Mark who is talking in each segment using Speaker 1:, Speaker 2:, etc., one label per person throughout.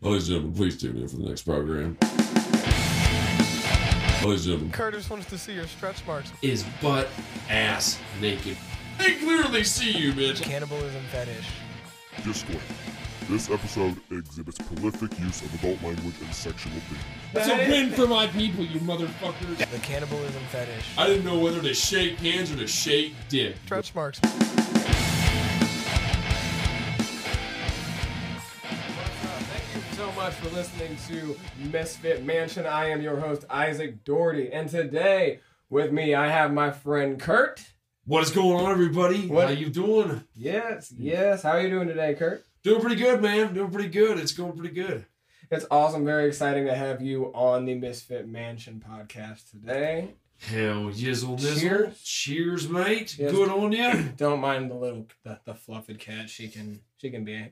Speaker 1: Ladies and gentlemen, please tune in for the next program. Ladies and gentlemen,
Speaker 2: Curtis wants to see your stretch marks.
Speaker 3: Is butt ass naked.
Speaker 1: they clearly see you, bitch.
Speaker 2: Cannibalism fetish.
Speaker 4: Discord. This episode exhibits prolific use of adult language and sexual themes.
Speaker 3: That's a win for my people, you motherfuckers.
Speaker 2: The cannibalism fetish.
Speaker 1: I didn't know whether to shake hands or to shake dick.
Speaker 2: Stretch marks.
Speaker 5: Thank you so much for listening to Misfit Mansion. I am your host, Isaac Doherty, and today with me I have my friend Kurt.
Speaker 3: What is going on, everybody?
Speaker 5: What-
Speaker 3: How you doing?
Speaker 5: Yes, yes. How are you doing today, Kurt?
Speaker 3: Doing pretty good, man. Doing pretty good. It's going pretty good.
Speaker 5: It's awesome. Very exciting to have you on the Misfit Mansion podcast today.
Speaker 3: Hell, yizzle nizzle.
Speaker 5: Cheers.
Speaker 3: Cheers, mate.
Speaker 5: Yes.
Speaker 3: Good on you.
Speaker 5: Don't mind the little the, the fluffed cat. She can she can be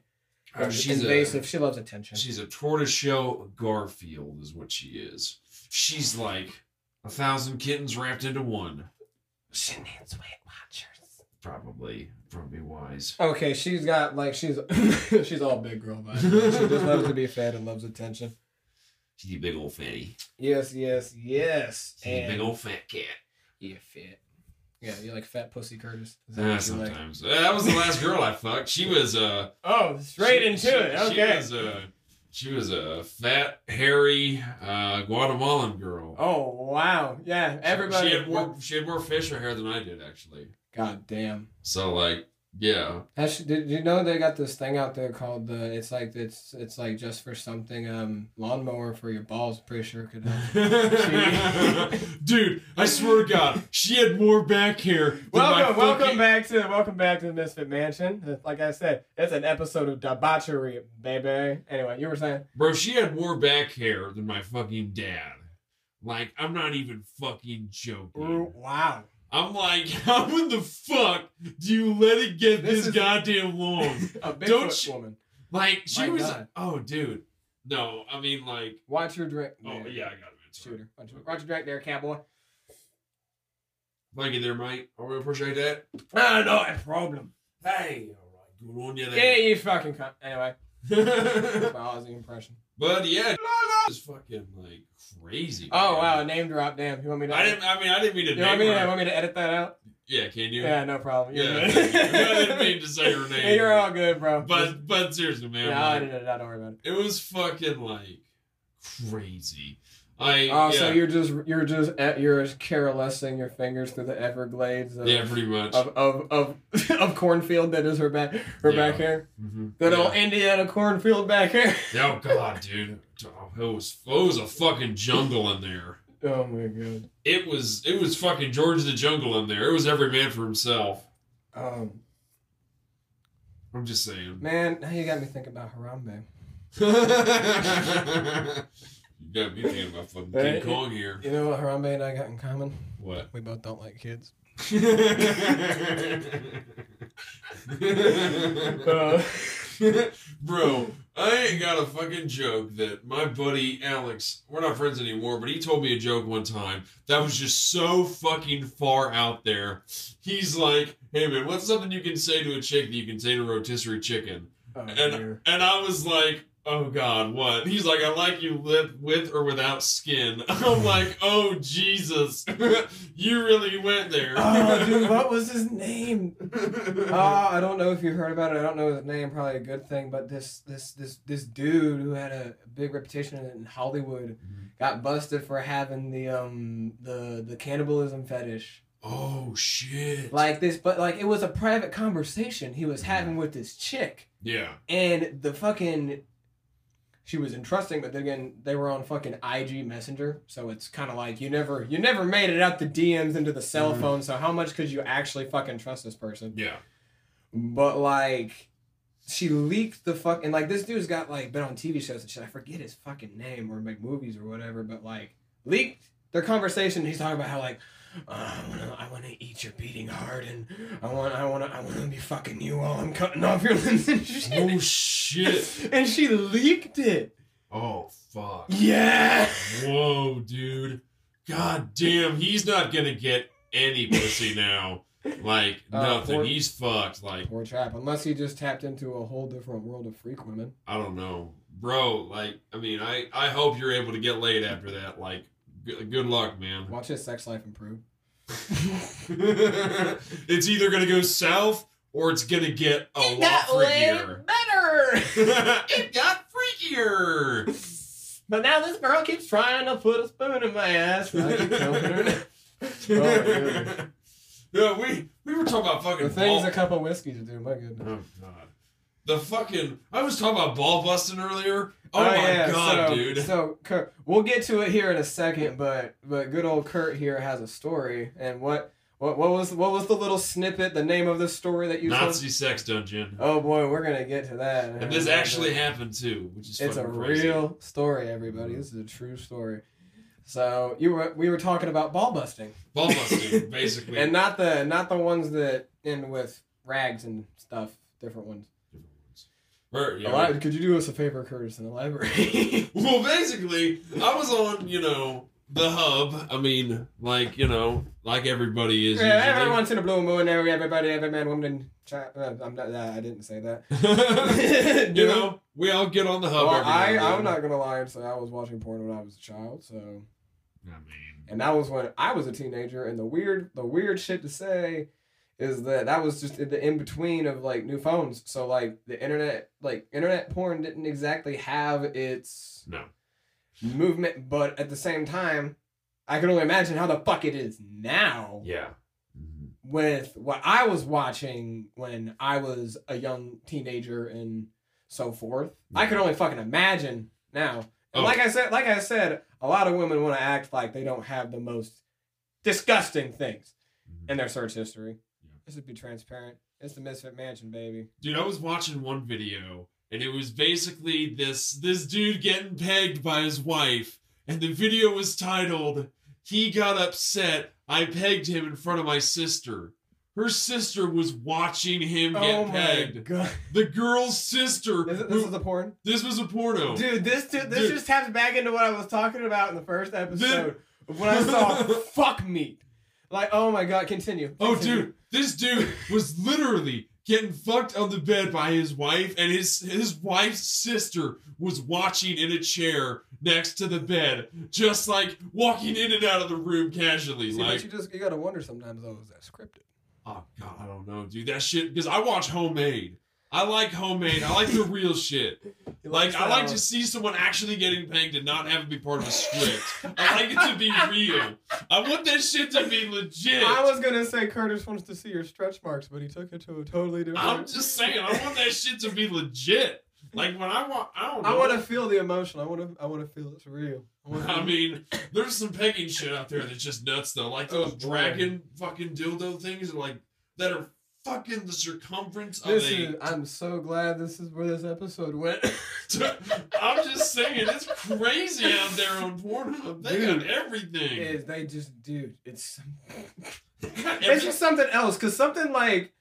Speaker 3: she's
Speaker 5: Um, invasive.
Speaker 3: a
Speaker 5: she loves attention.
Speaker 3: she's a tortoiseshell Garfield, is what she is. She's like a thousand kittens wrapped into one.
Speaker 5: she needs Weight Watchers.
Speaker 3: Probably, probably wise.
Speaker 5: Okay, she's got like she's she's all big girl vibes. She just loves to be fed and loves attention.
Speaker 3: She's a big old fatty.
Speaker 5: Yes, yes, yes.
Speaker 3: She's a big old fat cat.
Speaker 5: you fit. Yeah, you like fat pussy, Curtis. Is
Speaker 3: Ah,
Speaker 5: what you like?
Speaker 3: sometimes. Uh, that was the last girl I fucked. She was uh
Speaker 5: Oh, straight
Speaker 3: she- she-
Speaker 5: into it. Okay.
Speaker 3: She was a she was a fat, hairy uh, Guatemalan girl.
Speaker 5: oh wow. Yeah, everybody.
Speaker 3: She had more she had more facial hair than I did actually.
Speaker 5: God damn.
Speaker 3: So like yeah,
Speaker 5: Has she, did you know they got this thing out there called the? It's like it's it's like just for something um lawnmower for your balls. Pretty sure it could help.
Speaker 3: dude, I swear to God, she had more back hair. Than
Speaker 5: Welcome,
Speaker 3: my
Speaker 5: welcome
Speaker 3: fucking-
Speaker 5: back to welcome back to the Misfit Mansion. Like I said, it's an episode of debauchery, baby. Anyway, you were saying.
Speaker 3: Bro, she had more back hair than my fucking dad. Like I'm not even fucking joking.
Speaker 5: Ooh, wow.
Speaker 3: I'm like, how in the fuck do you let it get
Speaker 5: This
Speaker 3: this,
Speaker 5: is-
Speaker 3: goddamn long?
Speaker 5: A
Speaker 3: Don't
Speaker 5: Bigfoot
Speaker 3: you-
Speaker 5: woman.
Speaker 3: like, she
Speaker 5: My
Speaker 3: was.
Speaker 5: God.
Speaker 3: Oh, dude. No, I mean, like.
Speaker 5: Watch your drink.
Speaker 3: Oh,
Speaker 5: man.
Speaker 3: yeah, I got it. Sorry.
Speaker 5: Shooter. Watch, watch your drink there, cowboy.
Speaker 3: Thank you there, mate. I really appreciate that.
Speaker 5: Ah, no, a problem.
Speaker 3: Hey, all right. Good on you
Speaker 5: Yeah,
Speaker 3: there.
Speaker 5: you fucking cunt. Anyway,
Speaker 3: Yeah.
Speaker 5: that's my Aussie impression.
Speaker 3: but yeah, it's fucking like crazy.
Speaker 5: Oh wow,
Speaker 3: man.
Speaker 5: name drop. Damn, you want me to?
Speaker 3: I didn't. I mean, I didn't mean to
Speaker 5: You want
Speaker 3: name
Speaker 5: me to,
Speaker 3: her.
Speaker 5: want me to edit that out?
Speaker 3: Yeah, can you?
Speaker 5: Yeah, no problem. You're
Speaker 3: Yeah,
Speaker 5: good.
Speaker 3: I didn't mean to say her
Speaker 5: Yeah,
Speaker 3: name.
Speaker 5: you're all good, bro. Just-
Speaker 3: But but seriously, man.
Speaker 5: yeah, I'll
Speaker 3: like,
Speaker 5: edit it out. Don't worry about it.
Speaker 3: It was fucking like crazy. I yeah,
Speaker 5: Oh, so you're just you're just at, you're just caressing your fingers through the Everglades of
Speaker 3: yeah, pretty much.
Speaker 5: of, of of of cornfield that is her back her
Speaker 3: Yeah.
Speaker 5: back hair.
Speaker 3: Mhm.
Speaker 5: Good
Speaker 3: yeah.
Speaker 5: old Indiana cornfield back hair.
Speaker 3: Oh god, dude, it was it was a fucking jungle in there.
Speaker 5: Oh my god.
Speaker 3: It was it was fucking George the Jungle in there. It was every man for himself.
Speaker 5: Um,
Speaker 3: I'm just saying.
Speaker 5: man, now you got me thinking about Harambe.
Speaker 3: you got me thinking about fucking King
Speaker 5: Right.
Speaker 3: Kong here.
Speaker 5: You know what Harambe and I got in common?
Speaker 3: What?
Speaker 5: We both don't like kids.
Speaker 3: Bro, I ain't got a fucking joke that my buddy Alex, we're not friends anymore, but he told me a joke one time that was just so fucking far out there. He's like, hey man, what's something you can say to a chick that you can say to a rotisserie chicken?
Speaker 5: oh,
Speaker 3: And and I was like, oh god, what? He's like, I like you lip with or without skin. I'm like, oh Jesus. you really went there.
Speaker 5: Oh, dude, what was his name? Oh, I don't know if you heard about it. I don't know his name. Probably a good thing. But this this this this dude who had a big reputation in Hollywood got busted for having the um the the cannibalism fetish.
Speaker 3: oh shit.
Speaker 5: Like this, but like it was a private conversation he was having with this chick.
Speaker 3: yeah.
Speaker 5: and the fucking she was entrusting but then again they were on fucking ig messenger so it's kind of like you never you never made it out the dms into the cell
Speaker 3: Mhm.
Speaker 5: phone so how much could you actually fucking trust this person
Speaker 3: Yeah.
Speaker 5: but like she leaked the fuck and like this dude's got like been on tv shows and shit i forget his fucking name or like movies or whatever but like leaked their conversation he's talking about how like uh, I wanna, I wanna eat your beating heart, and I want, I wanna, I wanna be fucking you while I'm cutting off your limbs and shit
Speaker 3: Oh shit.
Speaker 5: and she leaked it.
Speaker 3: Oh fuck.
Speaker 5: Yeah.
Speaker 3: Whoa, dude. God damn, he's not gonna get any pussy now. Like
Speaker 5: Uh,
Speaker 3: nothing.
Speaker 5: poor-
Speaker 3: he's fucked. Like
Speaker 5: Poor chap. Unless he just tapped into a whole different world of freak women.
Speaker 3: I don't know. bro, like, I mean, I, I hope you're able to get laid after that. Like, g- good luck, man.
Speaker 5: Watch his sex life improve.
Speaker 3: it's either gonna go south or it's gonna get a
Speaker 5: It
Speaker 3: lot
Speaker 5: got way
Speaker 3: freakier.
Speaker 5: better.
Speaker 3: it got freakier.
Speaker 5: But now this girl keeps trying to put a spoon in my ass. and I keep telling her. really?
Speaker 3: yeah, we we were talking about fucking
Speaker 5: the thing's
Speaker 3: ball-
Speaker 5: a cup of whiskey to do. My goodness.
Speaker 3: Oh god. The fucking I was talking about ball busting earlier. Oh, my
Speaker 5: yeah,
Speaker 3: god,
Speaker 5: so,
Speaker 3: dude.
Speaker 5: So Kurt, we'll get to it here in a second, but but good old Kurt here has a story. And what what what was what was the little snippet? The name of the story that you told?
Speaker 3: Nazi sex dungeon.
Speaker 5: Oh boy, we're gonna get to that.
Speaker 3: And this actually happened too, which is
Speaker 5: It's a
Speaker 3: fucking crazy. Mm-hmm.
Speaker 5: real story, everybody. This is a true story. So you were we were talking about ball busting,
Speaker 3: ball busting, basically.
Speaker 5: and not the not the ones that end with rags and stuff. Different ones.
Speaker 3: Or, you know,
Speaker 5: Eli- could you do us a favor, Curtis, and elaborate?
Speaker 3: well, basically, I was on, you know, the hub. I mean, like, you know, like everybody is.
Speaker 5: yeah,
Speaker 3: usually.
Speaker 5: everyone's in a blue moon. Every everybody, every man, woman, and child. Uh, I'm not. Uh, I didn't say that.
Speaker 3: you know, we all get on the hub.
Speaker 5: Well,
Speaker 3: every now
Speaker 5: I
Speaker 3: and then.
Speaker 5: I'm not gonna lie and say I was watching porn when I was a child. So
Speaker 3: I mean,
Speaker 5: and that was when I was a teenager. And the weird, the weird shit to say is that that was just in the in between of like new phones. So like the internet, like internet porn didn't exactly have its
Speaker 3: no.
Speaker 5: movement, but at the same time, I can only imagine how the fuck it is now
Speaker 3: Yeah.
Speaker 5: with what I was watching when I was a young teenager and so forth. I could only fucking imagine now. And
Speaker 3: Oh.
Speaker 5: like I said, like I said, a lot of women want to act like they don't have the most disgusting things in their search history.
Speaker 3: Mm-hmm. Yeah.
Speaker 5: This would be transparent. It's the Misfit Mansion, baby.
Speaker 3: Dude, I was watching one video, and it was basically this this dude getting pegged by his wife, and the video was titled "He Got Upset. I Pegged Him in Front of My Sister." Her sister was watching him get
Speaker 5: oh
Speaker 3: pegged.
Speaker 5: my god!
Speaker 3: The girl's sister.
Speaker 5: Is it,
Speaker 3: who-
Speaker 5: this is the porn,
Speaker 3: This was a porno.
Speaker 5: dude. This dude, this
Speaker 3: Oh. Dude.
Speaker 5: just taps back into what I was talking about in the first episode when I saw fuck meat. Like, oh my god! Continue.
Speaker 3: Oh,
Speaker 5: Continue.
Speaker 3: dude, this dude was literally getting fucked on the bed by his wife, and his his wife's sister was watching in a chair next to the bed, just like walking in and out of the room casually.
Speaker 5: See, but
Speaker 3: like,
Speaker 5: you just you gotta wonder sometimes though is that scripted?
Speaker 3: oh god, I don't know, dude, that shit. Because I watch homemade. I like homemade. I like the real shit. Like, I like to see someone actually getting pegged and not have it be part of a script. I like it to be real. I want that shit to be legit.
Speaker 2: I was gonna say Curtis wants to see your stretch marks, but he took it to a totally different.
Speaker 3: I'm just saying, I want that shit to be legit. Like when I want, I don't know.
Speaker 2: I want to feel the emotion. I want to. I want to feel it's real. I wanna
Speaker 3: I
Speaker 2: feel-
Speaker 3: mean, there's some pegging shit out there that's just nuts though. Like those
Speaker 5: Oh,
Speaker 3: dragon fucking dildo things, are like that are fucking the circumference of
Speaker 2: this
Speaker 3: a.
Speaker 2: is. I'm so glad this is where this episode went.
Speaker 3: I'm just saying, it's crazy out there on Pornhub. They got everything.
Speaker 5: is they just dude, it's
Speaker 3: They got
Speaker 5: it's
Speaker 3: every-
Speaker 5: just something else. Cause something like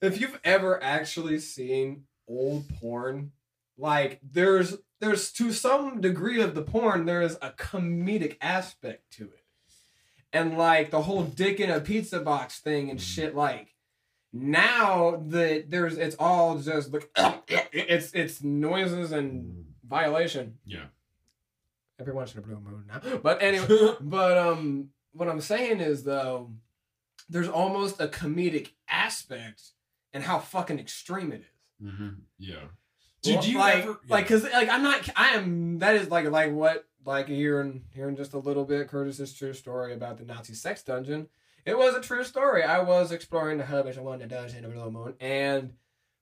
Speaker 5: if you've ever actually seen old porn, like there's there's to some degree of the porn, there is a comedic aspect to it. And like the whole dick in a pizza box thing and shit like now that there's it's all just like it's it's noises and violation.
Speaker 3: Yeah.
Speaker 5: Everyone should have blue moon now. But anyway, But um, what I'm saying is though, there's almost a comedic aspect in how fucking extreme it is.
Speaker 3: Mhm. Yeah. Dude, do you
Speaker 5: like,
Speaker 3: ever
Speaker 5: like, cause like I'm not, I am. That is like like what like here and here in just a little bit. Curtis's true story about the Nazi sex dungeon. It was a true story. I was exploring the hub as I wanted to dungeon of the moon, and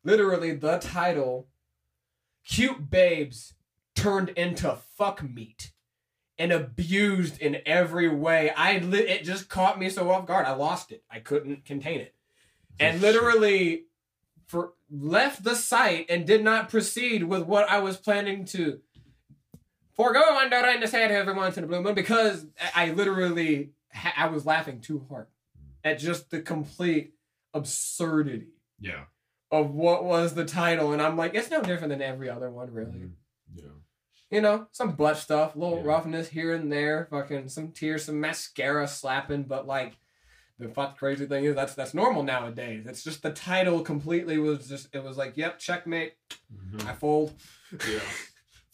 Speaker 5: literally the title, "Cute Babes," turned into fuck meat. And abused in every way. I li- it just caught me so off guard. I lost it. I couldn't contain it, and literally for left the site and did not proceed with what I was planning to forego on Doreen to say to everyone to the blue moon because I- I literally ha- I was laughing too hard at just the complete absurdity
Speaker 3: Yeah.
Speaker 5: of what was the title and I'm like it's no different than every other one really
Speaker 3: Yeah.
Speaker 5: you know some butt stuff little
Speaker 3: Yeah.
Speaker 5: roughness here and there fucking some tears some mascara slapping but like the fuck crazy thing is that's that's normal nowadays it's just the title completely was just it was like yep checkmate
Speaker 3: Mhm.
Speaker 5: I fold.
Speaker 3: Yeah.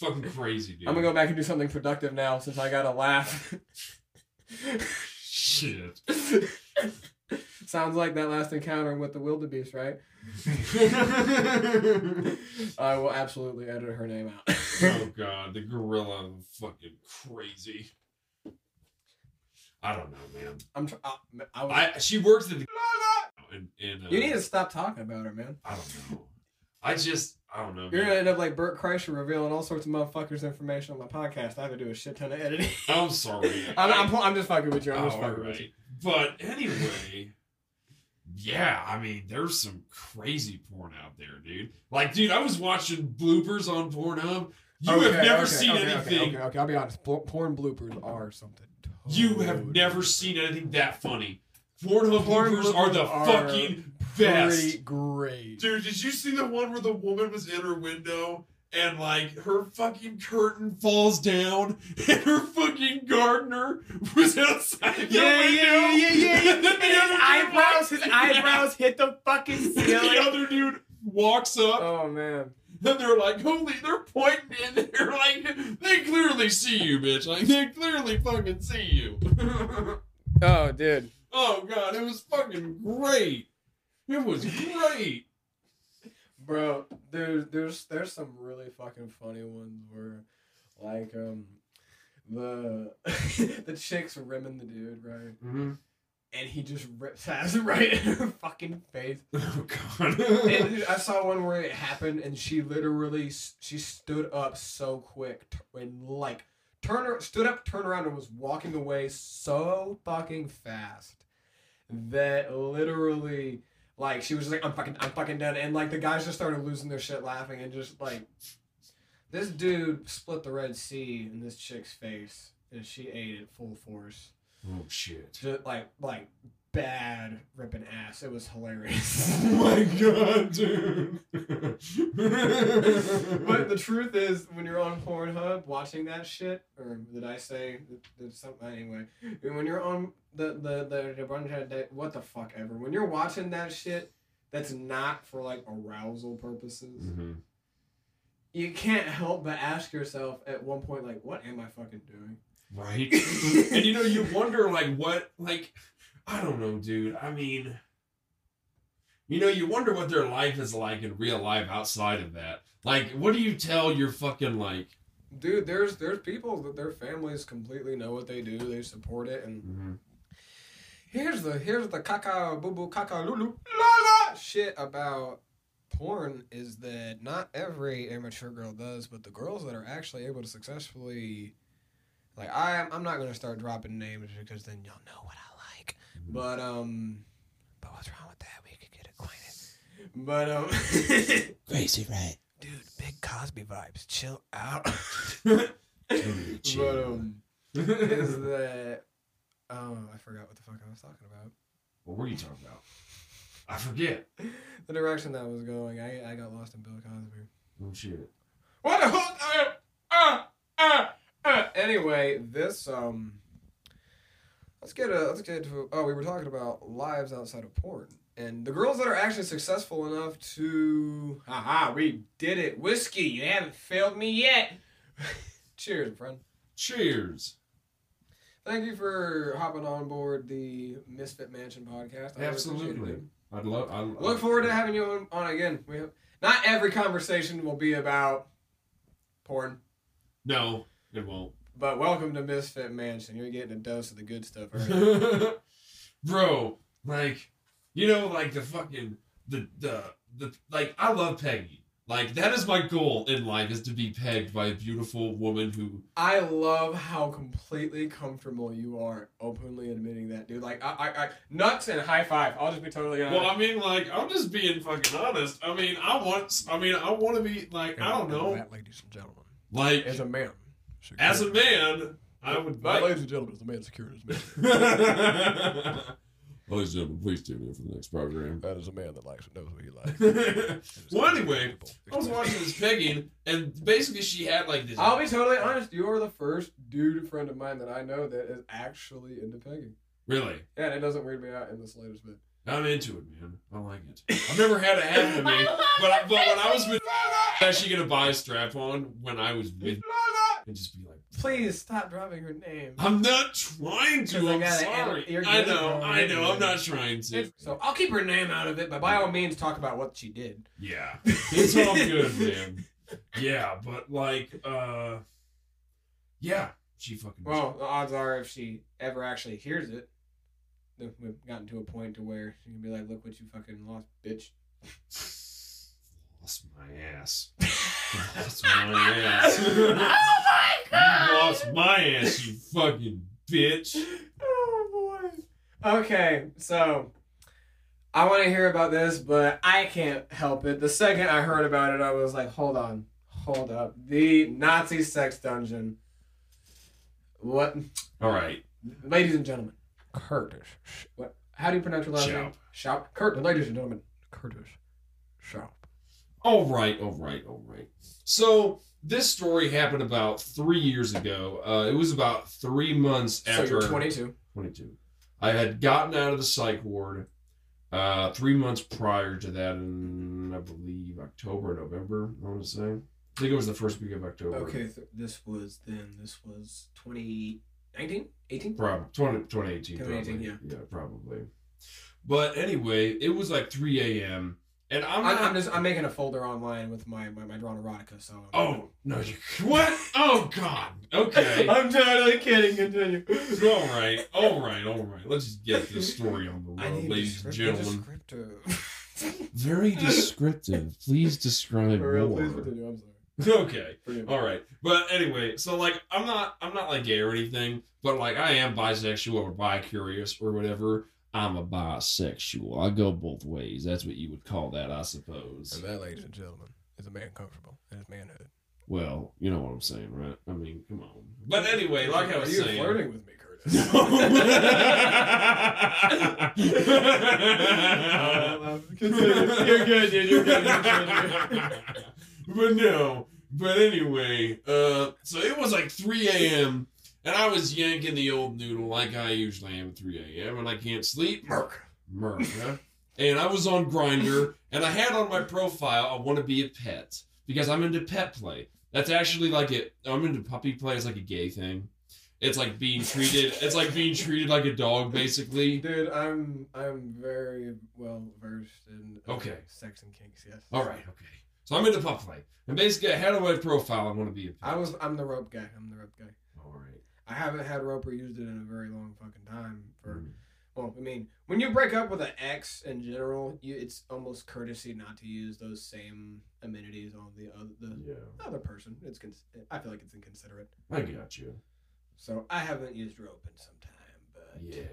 Speaker 3: Fucking crazy, dude.
Speaker 5: I'm gonna go back and do something productive now since I gotta laugh.
Speaker 3: Shit.
Speaker 5: Sounds like that last encounter with the wildebeest, right?
Speaker 3: oh
Speaker 5: I will absolutely edit her name out.
Speaker 3: god, the gorilla, fucking crazy. I don't know, man.
Speaker 5: I'm. Tr- I, I was,
Speaker 3: I she works at the and, and uh,
Speaker 5: you need to stop talking about her, man.
Speaker 3: I don't know. I just I don't know.
Speaker 5: You're
Speaker 3: man.
Speaker 5: gonna end up like Bert Kreischer revealing all sorts of motherfuckers' information on my podcast. I have to do a shit ton of editing.
Speaker 3: I'm sorry.
Speaker 5: I'm, I'm, pl- I'm just fucking with you. I'm
Speaker 3: Oh,
Speaker 5: just fucking with you.
Speaker 3: alright. But anyway, yeah, I mean, there's some crazy porn out there, dude. Like, dude, I was watching bloopers on Pornhub. You have never seen anything.
Speaker 2: Okay, okay, okay, I'll be honest. Por- Porn bloopers are something.
Speaker 3: You have
Speaker 2: totally
Speaker 3: never seen anything that funny. Pornhub
Speaker 2: Porn
Speaker 3: bloopers are the
Speaker 2: bloopers are
Speaker 3: fucking best.
Speaker 2: Pretty great.
Speaker 3: Dude, did you see the one where the woman was in her window and like her fucking curtain falls down and her fucking gardener was outside the window? And then the other dude walks-
Speaker 5: hit the fucking
Speaker 3: Yeah. The other dude walks up
Speaker 5: Oh man.
Speaker 3: and they're like, holy, they're pointing in there like they clearly see you, bitch. Like they clearly fucking see you.
Speaker 5: Oh, dude.
Speaker 3: oh god, it was fucking great. It was great.
Speaker 5: Bro, there's there's there's some really fucking funny ones where, like, um, the the chick's rimming the dude right, and he just rips ass right in her fucking face.
Speaker 3: Oh god.
Speaker 5: And dude, I saw one where it happened, and she literally s- she stood up so quick t- and like turned her, stood up, turned around, and was walking away so fucking fast that literally like she was just like I'm fucking I'm fucking done, and like the guys just started losing their shit laughing and just like this dude split the Red Sea in this chick's face, and she ate it full force,
Speaker 3: oh shit.
Speaker 5: just like like bad ripping ass. It was hilarious.
Speaker 3: Oh my god, dude.
Speaker 5: but the truth is, when you're on Pornhub watching that shit, or did I say did something anyway? When you're on the the the, the bunch of da- what the fuck ever, when you're watching that shit, that's not for like arousal purposes.
Speaker 3: Mhm.
Speaker 5: You can't help but ask yourself at one point, like, what am I fucking doing?
Speaker 3: Right? and you know, you wonder, like, what, like, I don't know, dude. I mean, you know, you wonder what their life is like in real life outside of that. Like, what do you tell your fucking, like,
Speaker 5: Dude, there's there's people that their families completely know what they do, they support it, and Here's the here's the caca boo boo caca lulu la la shit about porn is that not every immature girl does, but the girls that are actually able to successfully like I I'm not gonna start dropping names because then y'all know what I like. But um but what's wrong with that? We could get acquainted. But um Crazy right. Dude, big Cosby vibes. Chill out. but um is that Oh, I forgot what the fuck I was talking about.
Speaker 3: what were you talking about? I forget.
Speaker 5: The direction that I was going, I, I got lost in Bill Cosby.
Speaker 3: Oh, shit.
Speaker 5: What the hell? Uh, uh, uh, uh. Anyway, this um, let's get a let's get to oh we were talking about lives outside of porn and the girls that are actually successful enough to haha we did it whiskey you haven't failed me yet. Cheers, friend.
Speaker 3: Cheers.
Speaker 5: Thank you for hopping on board the Misfit Mansion podcast. I really appreciate it,
Speaker 3: Absolutely.
Speaker 5: dude.
Speaker 3: I'd love, I
Speaker 5: Look forward to having you on, on again. We have, not every conversation will be about porn,
Speaker 3: No, it won't.
Speaker 5: but welcome to Misfit Mansion. You're getting a dose of the good stuff. early.
Speaker 3: bro like you know like the fucking the the the like i love peggy like that is my goal in life is to be pegged by a beautiful woman who
Speaker 5: I love how completely comfortable you are openly admitting that, dude. Like, I, I, I nuts and high five. I'll just be totally honest.
Speaker 3: well i mean like i'm just being fucking honest i mean i want i mean i want to be like i don't know
Speaker 2: That, ladies and gentlemen,
Speaker 3: like
Speaker 2: as a man,
Speaker 3: Oh. as a man i would
Speaker 2: That,
Speaker 3: like
Speaker 2: ladies and gentlemen, is a man securing his man.
Speaker 1: Ladies and gentlemen, please tune in for the next program.
Speaker 2: That is a man that likes knows what he likes.
Speaker 3: well anyway i was watching this pegging and basically she had like this
Speaker 5: I'll be totally honest. You are the first dude friend of mine that I know that is actually into pegging.
Speaker 3: really
Speaker 5: Yeah, and it doesn't weird me out in the slightest bit.
Speaker 3: I'm into it, man. I like it. I've never had it happen to me, but I, but when I was with, I'm actually gonna buy a strap on when I was with, and just be like,
Speaker 2: Please stop dropping her name.
Speaker 3: I'm not trying to.
Speaker 5: 'Cause I
Speaker 3: I'm
Speaker 5: gotta
Speaker 3: sorry.
Speaker 5: edit- you're
Speaker 3: I
Speaker 5: good,
Speaker 3: know.
Speaker 5: bro.
Speaker 3: I know. I'm not trying to.
Speaker 5: So I'll keep her name out of it, but by all means, talk about what she did.
Speaker 3: Yeah. It's all good, man. Yeah, but like, uh, yeah, she fucking.
Speaker 5: Well, the odds are if she ever actually hears it, then we've gotten to a point to where she can be like, "Look what you fucking lost, bitch."
Speaker 3: lost my ass. lost my ass. oh my god! You lost my ass, you fucking bitch.
Speaker 5: Oh boy. Okay, so I want to hear about this, but I can't help it. The second I heard about it, I was like, hold on, hold up. The Nazi sex dungeon. What?
Speaker 3: All right.
Speaker 5: Ladies and gentlemen, Curtis. Sch- What? How do you pronounce your last name? Shop. Curtis, ladies and gentlemen. Curtis. Shop.
Speaker 3: All right, all right, all right. So this story happened about three years ago. Uh, it was about three months
Speaker 5: So
Speaker 3: after
Speaker 5: you're 22.
Speaker 3: 22. I had gotten out of the psych ward uh, three months prior to that, in I believe October, November. I want to say. I think it was the first week of October.
Speaker 5: Okay, th- this was then, this was 2019? 18?
Speaker 3: Probably 20, 2018.
Speaker 5: 2018,
Speaker 3: probably.
Speaker 5: yeah.
Speaker 3: probably. But anyway, it was like 3 a.m. And I'm
Speaker 5: I'm,
Speaker 3: not.
Speaker 5: I'm just, I'm making a folder online with my, my, my drawn erotica, so.
Speaker 3: oh, no. You, what? Oh, God. Okay.
Speaker 2: I'm totally kidding. Continue.
Speaker 3: all right. All right. All right. Let's just get this story on the
Speaker 5: I
Speaker 3: road,
Speaker 5: need
Speaker 3: ladies and gentlemen.
Speaker 5: descriptive.
Speaker 1: Very descriptive. Please describe
Speaker 5: For real, please
Speaker 1: more.
Speaker 5: continue. I'm sorry.
Speaker 3: Okay.
Speaker 5: Forgive me.
Speaker 3: All right. But anyway, so like I'm not I'm not like gay or anything, but like I am bisexual or bi curious or whatever. I'm a bisexual. I go both ways. That's what you would call that, I suppose.
Speaker 2: that, ladies and gentlemen, is a man comfortable and his manhood.
Speaker 3: Well, you know what I'm saying, right? I mean, come on. But anyway, like I
Speaker 5: Are
Speaker 3: was
Speaker 5: you
Speaker 3: saying.
Speaker 5: flirting with me, Curtis? Uh,
Speaker 2: You're good, dude. You're good. You're good. You're good.
Speaker 3: but no. But anyway, uh, so it was like 3 a.m. and I was yanking the old noodle like I usually am at 3 a.m. and I can't sleep. Merk. Merk. Huh? and I was on Grinder and I had on my profile I want to be a pet because I'm into pet play. That's actually like it. I'm into puppy play. It's like a gay thing. It's like being treated. It's like being treated like a dog, basically.
Speaker 5: Dude, I'm I'm very well versed in uh,
Speaker 3: Okay.
Speaker 5: sex and kinks. Yes.
Speaker 3: All right, okay. So I'm into pup play, and basically I had a web profile. I want to be a pet.
Speaker 5: I was I'm the rope guy. I'm the rope guy.
Speaker 3: All right.
Speaker 5: I haven't had rope or used it in a very long fucking time. For
Speaker 3: Mm.
Speaker 5: well, I mean, when you break up with an ex in general, you it's almost courtesy not to use those same amenities on the other the
Speaker 3: Yeah,
Speaker 5: other person. It's cons- I feel like it's inconsiderate.
Speaker 3: I got you.
Speaker 5: So I haven't used rope in some time, but
Speaker 3: Yeah.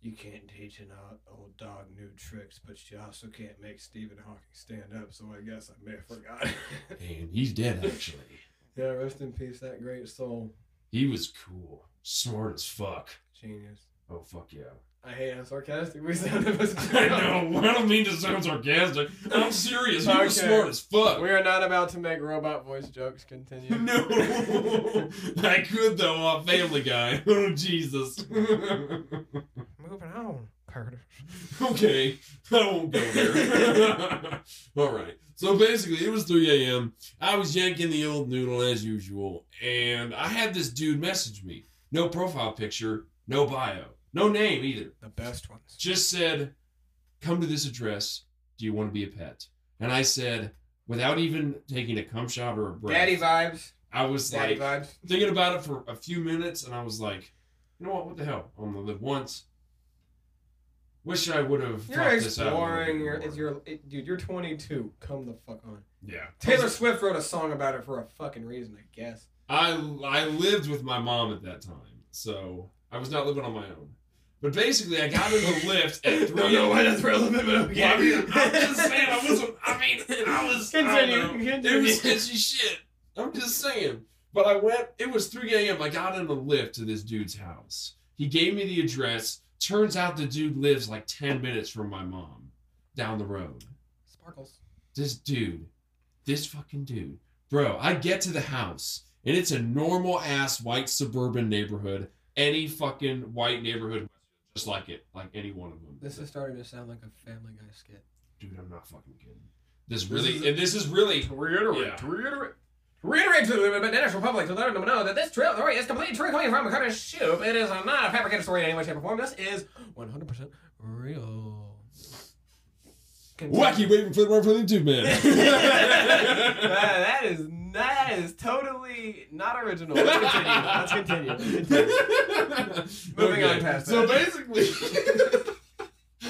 Speaker 5: You can't teach an o- old dog new tricks, but you also can't make Stephen Hawking stand up, so I guess I may have forgot.
Speaker 3: And he's dead actually.
Speaker 5: yeah, rest in peace, that great soul.
Speaker 3: He was cool, smart as fuck.
Speaker 5: Genius.
Speaker 3: Oh fuck yeah.
Speaker 5: I hate how sarcastic we sound of us.
Speaker 3: I know. I don't mean to sound sarcastic. I'm serious. He was
Speaker 2: Okay.
Speaker 3: smart as fuck.
Speaker 2: We are not about to make robot voice jokes. Continue.
Speaker 3: No, I could though. On Family Guy. Oh Jesus.
Speaker 2: Moving on, Curtis.
Speaker 3: okay, I won't go there. All right. So basically, it was 3 a.m. I was yanking the old noodle as usual, and I had this dude message me. No profile picture, no bio, no name either.
Speaker 2: The best ones.
Speaker 3: Just said, "Come to this address. Do you want to be a pet?" And I said, without even taking a cum shot or a breath,
Speaker 5: Daddy vibes.
Speaker 3: I was
Speaker 5: Daddy
Speaker 3: like
Speaker 5: vibes.
Speaker 3: thinking about it for a few minutes, and I was like, "You know what? What the hell? I only live once." Wish I would have.
Speaker 5: You're
Speaker 3: thought this out a little
Speaker 5: exploring.
Speaker 3: bit
Speaker 5: Your,
Speaker 3: more.
Speaker 5: it's your, it, dude, you're 22. Come the fuck on.
Speaker 3: Yeah.
Speaker 5: Taylor Swift wrote a song about it for a fucking reason, I guess.
Speaker 3: I I lived with my mom at that time, so I was not living on my own. But basically, I got in the lift at three.
Speaker 5: that's relevant, but okay.
Speaker 3: Well, I mean, I'm just saying, I wasn't. I mean, I was. I don't know.
Speaker 5: Continue.
Speaker 3: It was
Speaker 5: Continue.
Speaker 3: sketchy shit. I'm just saying. But I went, it was 3 a.m. I got in a lift to this dude's house. He gave me the address. Turns out the dude lives like 10 minutes from my mom down the road.
Speaker 5: Sparkles.
Speaker 3: This dude, this fucking dude. Bro, I get to the house and it's a normal ass white suburban neighborhood. Any fucking white neighborhood just like it, like any one of them.
Speaker 5: This is starting to sound like a Family Guy skit.
Speaker 3: dude, I'm not fucking kidding. This
Speaker 5: This
Speaker 3: really,
Speaker 5: is-
Speaker 3: and this is really,
Speaker 5: To reiterate,
Speaker 3: Yeah.
Speaker 5: to reiterate. To reiterate to the international public to let them know that this true story is completely true coming from a kind of shoe. It is not a fabricated story in any way, shape, or form. This is 100% real.
Speaker 3: wacky waving for the one for the two man.
Speaker 5: that is that is totally not original. Let's continue. Let's continue. Let's continue. Moving on past
Speaker 3: So
Speaker 5: that.
Speaker 3: basically,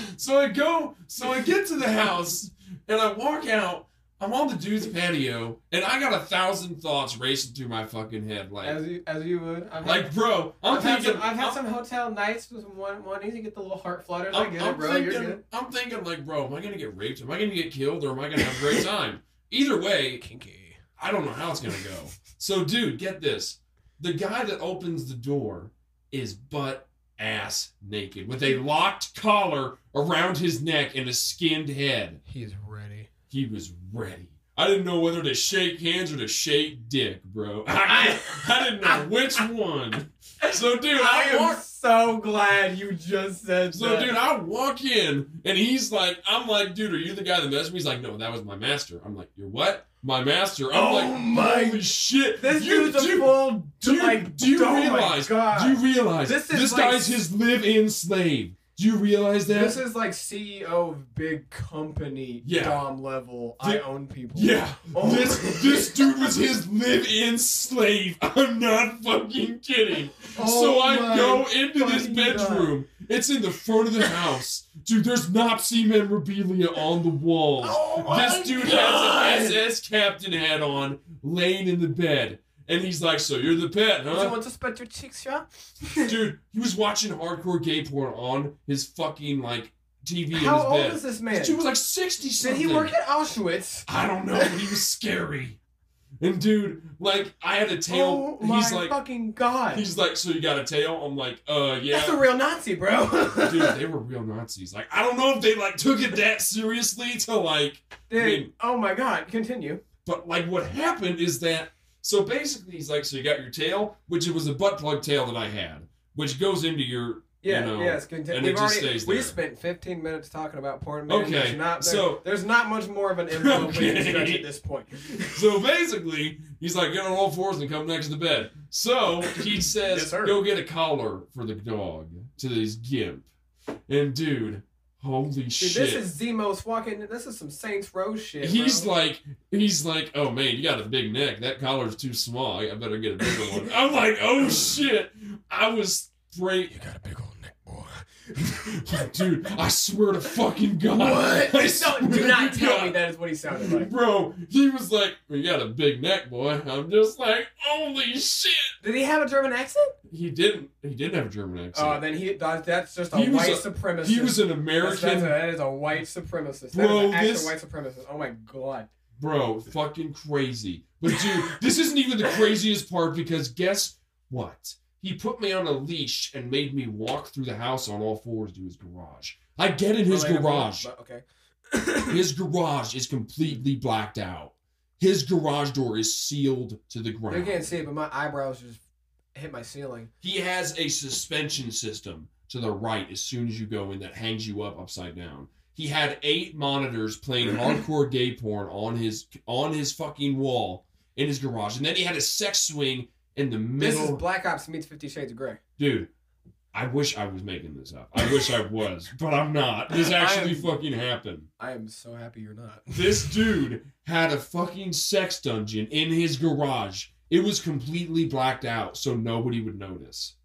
Speaker 3: so I go, so I get to the house and I walk out. I'm on the dude's patio and I got a thousand thoughts racing through my fucking head, like,
Speaker 5: As you as you would. I've
Speaker 3: like
Speaker 5: had,
Speaker 3: bro, I'm
Speaker 5: I've had
Speaker 3: thinking,
Speaker 5: some, I've had
Speaker 3: I'm-
Speaker 5: some hotel nights with some one one easy get the little heart flutters. i
Speaker 3: I'm,
Speaker 5: get
Speaker 3: I'm
Speaker 5: it, bro.
Speaker 3: thinking,
Speaker 5: You're good.
Speaker 3: I'm thinking, like, bro, am I gonna get raped? Am I gonna get killed? Or am I gonna have a great time? Either way,
Speaker 5: Kinky.
Speaker 3: I don't know how it's gonna go. So, dude, get this: the guy that opens the door is butt ass naked with a locked collar around his neck and a skinned head.
Speaker 5: He's ready.
Speaker 3: He was ready. I didn't know whether to shake hands or to shake dick, bro. I, I didn't know which one. So, dude,
Speaker 5: I
Speaker 3: I, walked.
Speaker 5: am so glad you just said
Speaker 3: So,
Speaker 5: that.
Speaker 3: dude, I walk in and he's like, I'm like, dude, are you the guy that messed me? He's like, no, that was my master. I'm like, you're what? My master. I'm
Speaker 5: Oh
Speaker 3: like,
Speaker 5: my-
Speaker 3: holy shit.
Speaker 5: this
Speaker 3: you,
Speaker 5: dude's
Speaker 3: do,
Speaker 5: a full.
Speaker 3: do you-
Speaker 5: like,
Speaker 3: do you
Speaker 5: oh
Speaker 3: realize-
Speaker 5: My God.
Speaker 3: do you realize
Speaker 5: This
Speaker 3: this,
Speaker 5: is like-
Speaker 3: guy's his live in slave? Do you realize that?
Speaker 5: This is like CEO of big company,
Speaker 3: Yeah.
Speaker 5: Dom level. I
Speaker 3: Thi-
Speaker 5: own people.
Speaker 3: yeah.
Speaker 5: Oh my-
Speaker 3: This this dude was his live in slave. I'm not fucking kidding. so I go into this
Speaker 5: Oh fucking
Speaker 3: bedroom. It's in the front of the house. Dude, there's Nazi memorabilia on the walls.
Speaker 5: Oh my
Speaker 3: this dude
Speaker 5: God.
Speaker 3: has an SS captain hat on, laying in the bed, and he's like, "So you're the pet,
Speaker 5: Do you
Speaker 3: huh?"
Speaker 5: want to spread your cheeks, yeah?
Speaker 3: dude, he was watching hardcore gay porn on his fucking like TV
Speaker 5: How old
Speaker 3: in his
Speaker 5: is
Speaker 3: bed.
Speaker 5: this man?
Speaker 3: This dude was like sixty
Speaker 5: Did
Speaker 3: something.
Speaker 5: he work at Auschwitz?
Speaker 3: I don't know. but He was scary. And dude, like, I had a tail.
Speaker 5: Oh my
Speaker 3: he's like,
Speaker 5: fucking god!
Speaker 3: he's like, so you got a tail? I'm like, uh, yeah.
Speaker 5: That's a real Nazi, bro.
Speaker 3: dude, they were real Nazis. Like, I don't know if they like took it that seriously to like,
Speaker 5: Dude,
Speaker 3: mean-
Speaker 5: oh my god! Continue.
Speaker 3: but like what happened is that so basically he's like, so you got your tail, which it was a butt plug tail that I had, which goes into your
Speaker 5: Yeah,
Speaker 3: You know,
Speaker 5: yes. Continue.
Speaker 3: and it
Speaker 5: We've
Speaker 3: just
Speaker 5: already
Speaker 3: stays
Speaker 5: we
Speaker 3: there.
Speaker 5: spent 15 minutes talking about porn. Man.
Speaker 3: Okay,
Speaker 5: There's not, there-
Speaker 3: so-
Speaker 5: there's not much more of an envelope we can
Speaker 3: Okay.
Speaker 5: stretch at this point.
Speaker 3: so basically he's like, get on all fours and come next to the bed. So he
Speaker 5: Yes,
Speaker 3: says,
Speaker 5: sir.
Speaker 3: go get a collar for the dog to this gimp. And dude, holy
Speaker 5: Dude,
Speaker 3: shit.
Speaker 5: this is Zemos walking. This is some Saints Row shit.
Speaker 3: he's
Speaker 5: bro.
Speaker 3: like, he's like, oh man, you got a big neck. That collar's too small. I better get a bigger one. I'm like, oh shit. I was straight. You got a big old neck, boy. Dude, I swear to fucking God.
Speaker 5: What?
Speaker 3: I
Speaker 5: Don't, do
Speaker 3: swear
Speaker 5: not
Speaker 3: to
Speaker 5: tell
Speaker 3: God.
Speaker 5: me that is what he sounded like.
Speaker 3: Bro, he was like, "You got a big neck, boy." I'm just like, "Holy shit!"
Speaker 5: Did he have a German accent?
Speaker 3: He didn't. He didn't have a German
Speaker 5: Oh,
Speaker 3: accent.
Speaker 5: then he that, that's just a
Speaker 3: He was
Speaker 5: white
Speaker 3: a-
Speaker 5: supremacist.
Speaker 3: he was an
Speaker 5: That's- that's a-
Speaker 3: American,
Speaker 5: that is a white supremacist.
Speaker 3: Bro,
Speaker 5: that
Speaker 3: this-
Speaker 5: is an actual white supremacist. Oh my god.
Speaker 3: bro. Fucking crazy. But dude, this isn't even the craziest part because guess what? He put me on a leash and made me walk through the house on all fours to his garage. I get in his
Speaker 5: Relatable,
Speaker 3: garage.
Speaker 5: but okay.
Speaker 3: His garage is completely blacked out. His garage door is sealed to the ground.
Speaker 5: You can't see it, but my eyebrows just hit my ceiling.
Speaker 3: He has a suspension system to the right as soon as you go in that hangs you up upside down. He had eight monitors playing hardcore gay porn on his on his fucking wall in his garage, and then he had a sex swing in the
Speaker 5: This is
Speaker 3: middle.
Speaker 5: Black Ops meets Fifty Shades of Grey.
Speaker 3: Dude, I wish I was making this up. I wish I was, but I'm not. This actually
Speaker 5: I'm-
Speaker 3: fucking happened.
Speaker 5: I am so happy you're not.
Speaker 3: This dude had a fucking sex dungeon in his garage. It was completely blacked out, so nobody would notice.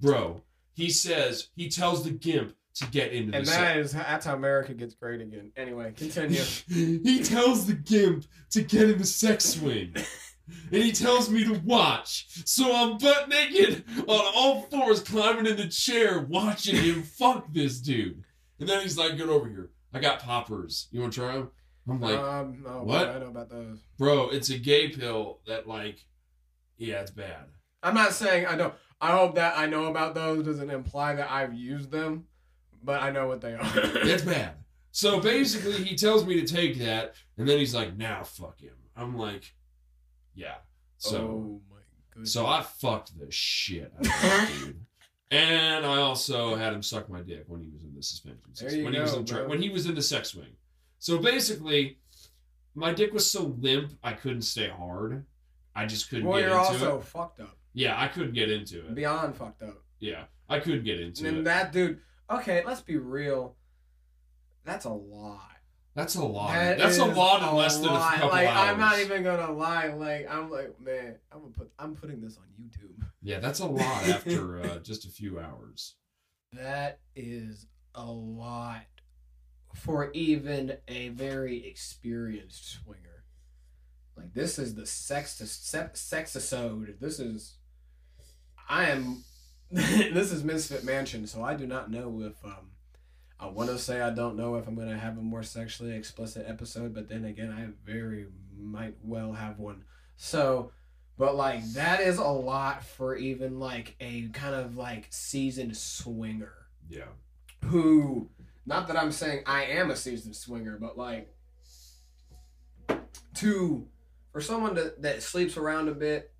Speaker 3: Bro, he says he tells the gimp to get into
Speaker 5: And
Speaker 3: the
Speaker 5: that is that's how America gets great again. Anyway, continue.
Speaker 3: sex. he tells the gimp to get in the sex swing. And he tells me to watch. So I'm butt naked on all fours, climbing in the chair, watching him fuck this dude. And then he's like, Get over here. I got poppers. You want to try them? I'm like,
Speaker 5: um, oh,
Speaker 3: what?
Speaker 5: I know about those.
Speaker 3: Bro, it's a gay pill that like yeah, it's bad.
Speaker 5: I'm not saying I don't. I hope that I know about those doesn't imply that I've used them, but I know what they are.
Speaker 3: It's bad. So basically he tells me to take that and then he's like, "Now fuck him." I'm like, "Yeah." So
Speaker 5: oh Uh-huh. my goodness.
Speaker 3: so I fucked the shit out of that dude. And I also had him suck my dick when he was in the suspension.
Speaker 5: There you
Speaker 3: when he was
Speaker 5: go,
Speaker 3: in tra-
Speaker 5: bro.
Speaker 3: when he was in the sex wing. So basically, my dick was so limp I couldn't stay hard. I just couldn't
Speaker 5: Well,
Speaker 3: get
Speaker 5: you're
Speaker 3: into
Speaker 5: also
Speaker 3: it.
Speaker 5: fucked up,
Speaker 3: Yeah, I couldn't get into it.
Speaker 5: beyond fucked up.
Speaker 3: Yeah, I couldn't get into
Speaker 5: And
Speaker 3: it.
Speaker 5: that dude. Okay, let's be real. That's a lot.
Speaker 3: That's a lot.
Speaker 5: That
Speaker 3: That's a
Speaker 5: is
Speaker 3: lot in less than a
Speaker 5: lot.
Speaker 3: couple
Speaker 5: like,
Speaker 3: hours.
Speaker 5: I'm not even gonna lie. Like I'm like man, I'm gonna put I'm putting this on YouTube.
Speaker 3: Yeah, that's a lot after uh, just a few hours.
Speaker 5: That is a lot for even a very experienced swinger. Like this is the sex to sexisode. This is I am this is Misfit Mansion, so I do not know if um I want to say I don't know if I'm going to have a more sexually explicit episode, but then again, I very might well have one. So, but like that is a lot for even like a kind of like seasoned swinger
Speaker 3: Yeah.
Speaker 5: who not that I'm saying I am a seasoned swinger, but like to for someone to, that sleeps around a bit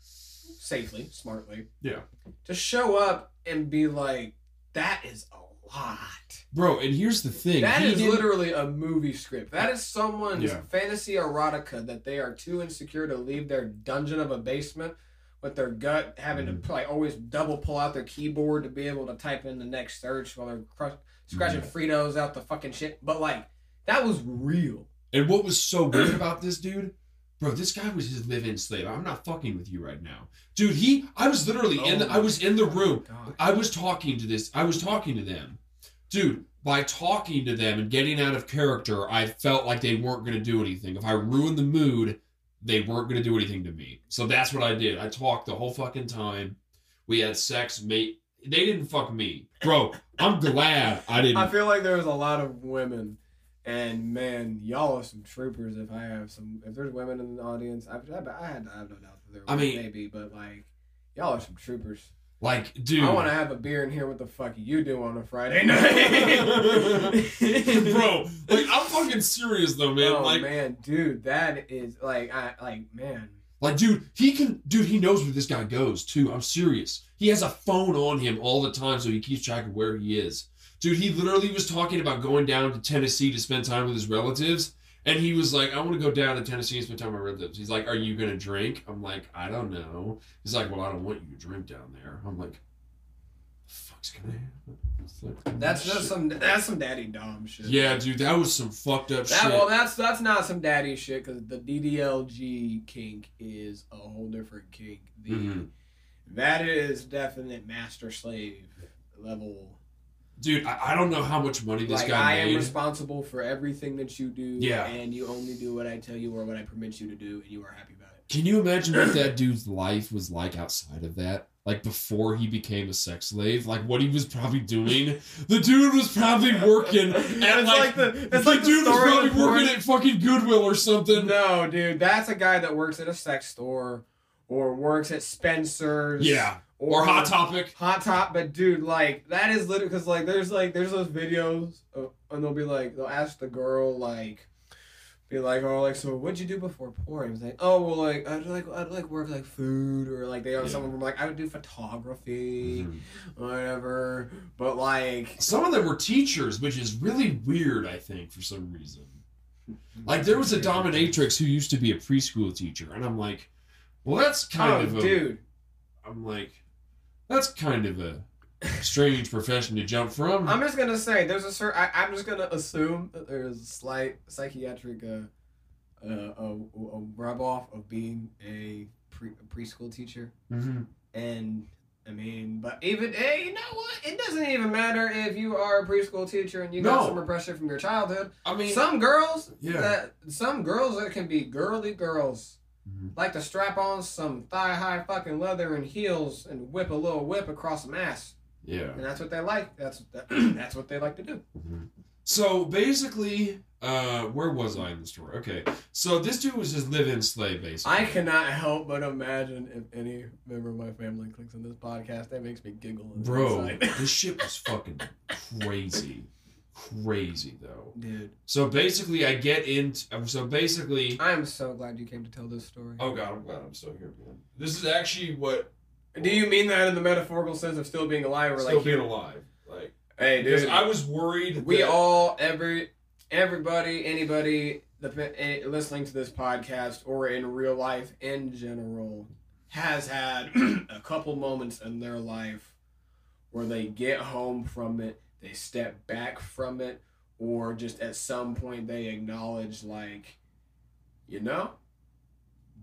Speaker 5: safely, smartly,
Speaker 3: Yeah.
Speaker 5: to show up and be like, that is a lot.
Speaker 1: Bro, and here's the thing.
Speaker 5: That
Speaker 1: he
Speaker 5: is
Speaker 1: didn't-
Speaker 5: literally a movie script. That is someone's
Speaker 3: Yeah.
Speaker 5: fantasy erotica that they are too insecure to leave their dungeon of a basement with their gut having to
Speaker 3: Mm-hmm.
Speaker 5: probably always double pull out their keyboard to be able to type in the next search while they're crush, scratching
Speaker 3: Mm-hmm.
Speaker 5: Fritos out the fucking shit. But like, that was real.
Speaker 3: And what was so weird about this dude, bro, this guy was his live-in slave. I'm not fucking with you right now. Dude, he I was literally in the I was in the room.
Speaker 5: Oh God.
Speaker 3: I was talking to this. I was talking to them. Dude, by talking to them and getting out of character, I felt like they weren't going to do anything. If I ruined the mood, they weren't going to do anything to me. So that's what I did. I talked the whole fucking time. We had sex, mate. They didn't fuck me. Bro, I'm glad I didn't.
Speaker 5: I feel like there was a lot of women, and man, y'all are some troopers. If I have some, if there's women in the audience, I, I, I had, I have no doubt that there
Speaker 3: I mean-
Speaker 5: maybe, but like, y'all are some troopers.
Speaker 3: like, dude.
Speaker 5: I want to have a beer and hear what the fuck you do on a Friday night,
Speaker 3: bro, like I'm fucking serious though, man.
Speaker 5: oh
Speaker 3: like,
Speaker 5: man, dude, that is like, I like, man.
Speaker 3: like, dude, he can, dude, he knows where this guy goes too. I'm serious. He has a phone on him all the time, so he keeps track of where he is. Dude, he literally was talking about going down to Tennessee to spend time with his relatives, and he was like, "I want to go down to Tennessee and spend time with my relatives." He's like, "Are you gonna drink?" I'm like, "I don't know." He's like, "Well, I don't want you to drink down there." I'm like, "The fuck's gonna happen?" It's like,
Speaker 5: That's
Speaker 3: shit.
Speaker 5: just some, that's some daddy dom shit.
Speaker 3: Yeah, dude, that was some fucked up
Speaker 5: That,
Speaker 3: shit.
Speaker 5: well, that's that's not some daddy shit because the DDLG kink is a whole different kink. The
Speaker 3: Mhm.
Speaker 5: that is definite master slave level.
Speaker 3: Dude, I, I don't know how much money this
Speaker 5: like
Speaker 3: guy
Speaker 5: I
Speaker 3: made.
Speaker 5: am responsible for everything that you do.
Speaker 3: Yeah.
Speaker 5: and you only do what I tell you or what I permit you to do, and you are happy about it.
Speaker 3: Can you imagine what that dude's life was like outside of that? Like before he became a sex slave, like what he was probably doing. The dude was probably working at
Speaker 5: It's
Speaker 3: like,
Speaker 5: like the- it's
Speaker 3: the
Speaker 5: like the
Speaker 3: dude was
Speaker 5: story
Speaker 3: probably
Speaker 5: of porn.
Speaker 3: working at fucking Goodwill or something.
Speaker 5: No, dude, that's a guy that works at a sex store or works at Spencer's.
Speaker 3: Yeah, or Hot Topic.
Speaker 5: Hot top, but dude, like that is literally because like there's like there's those videos, of, and they'll be like they'll ask the girl like, be like, oh like so what'd you do before porn? It's like oh well like I'd like I'd like work like food or like they
Speaker 3: Yeah. Mm-hmm.
Speaker 5: someone from like I would do photography, whatever. But like
Speaker 3: Some of them were teachers, which is really weird. I think for some reason, like there was a dominatrix who used to be a preschool teacher, and I'm like, well, that's kind
Speaker 5: oh
Speaker 3: of a,
Speaker 5: dude,
Speaker 3: I'm like, that's kind of a strange profession to jump from.
Speaker 5: I'm just gonna say there's a certain I, I'm just gonna assume that there's a slight psychiatric uh, uh a, a rub off of being a pre- preschool teacher.
Speaker 3: Mhm.
Speaker 5: And I mean, but even hey, you know what? It doesn't even matter if you are a preschool teacher and you
Speaker 3: No.
Speaker 5: got some repression from your childhood.
Speaker 3: I mean,
Speaker 5: some girls,
Speaker 3: Yeah.
Speaker 5: that some girls that can be girly girls,
Speaker 3: Mhm.
Speaker 5: like to strap on some thigh high fucking leather and heels and whip a little whip across some ass,
Speaker 3: yeah.
Speaker 5: and that's what they like. That's that, that's what they like to do.
Speaker 3: So basically, uh, where was I in the story? Okay, so this dude was his live-in slave, basically.
Speaker 5: I cannot help but imagine if any member of my family clicks on this podcast, that makes me giggle. on the
Speaker 3: bro,
Speaker 5: inside.
Speaker 3: this shit was fucking crazy, crazy though.
Speaker 5: dude,
Speaker 3: So basically, I get into. So basically,
Speaker 6: Oh.
Speaker 5: I am so glad you came to tell this story.
Speaker 3: oh god, I'm glad I'm still here. Man. This is actually what
Speaker 5: Do you mean that in the metaphorical sense of still being alive or
Speaker 6: still
Speaker 5: like
Speaker 6: being
Speaker 5: here?
Speaker 6: alive. Like
Speaker 5: Hey,
Speaker 6: because
Speaker 5: dude.
Speaker 6: I was worried.
Speaker 5: we
Speaker 6: that-
Speaker 5: all every everybody anybody the, eh, listening to this podcast or in real life in general has had a couple moments in their life where they get home from it they step back from it or just at some point they acknowledge like you know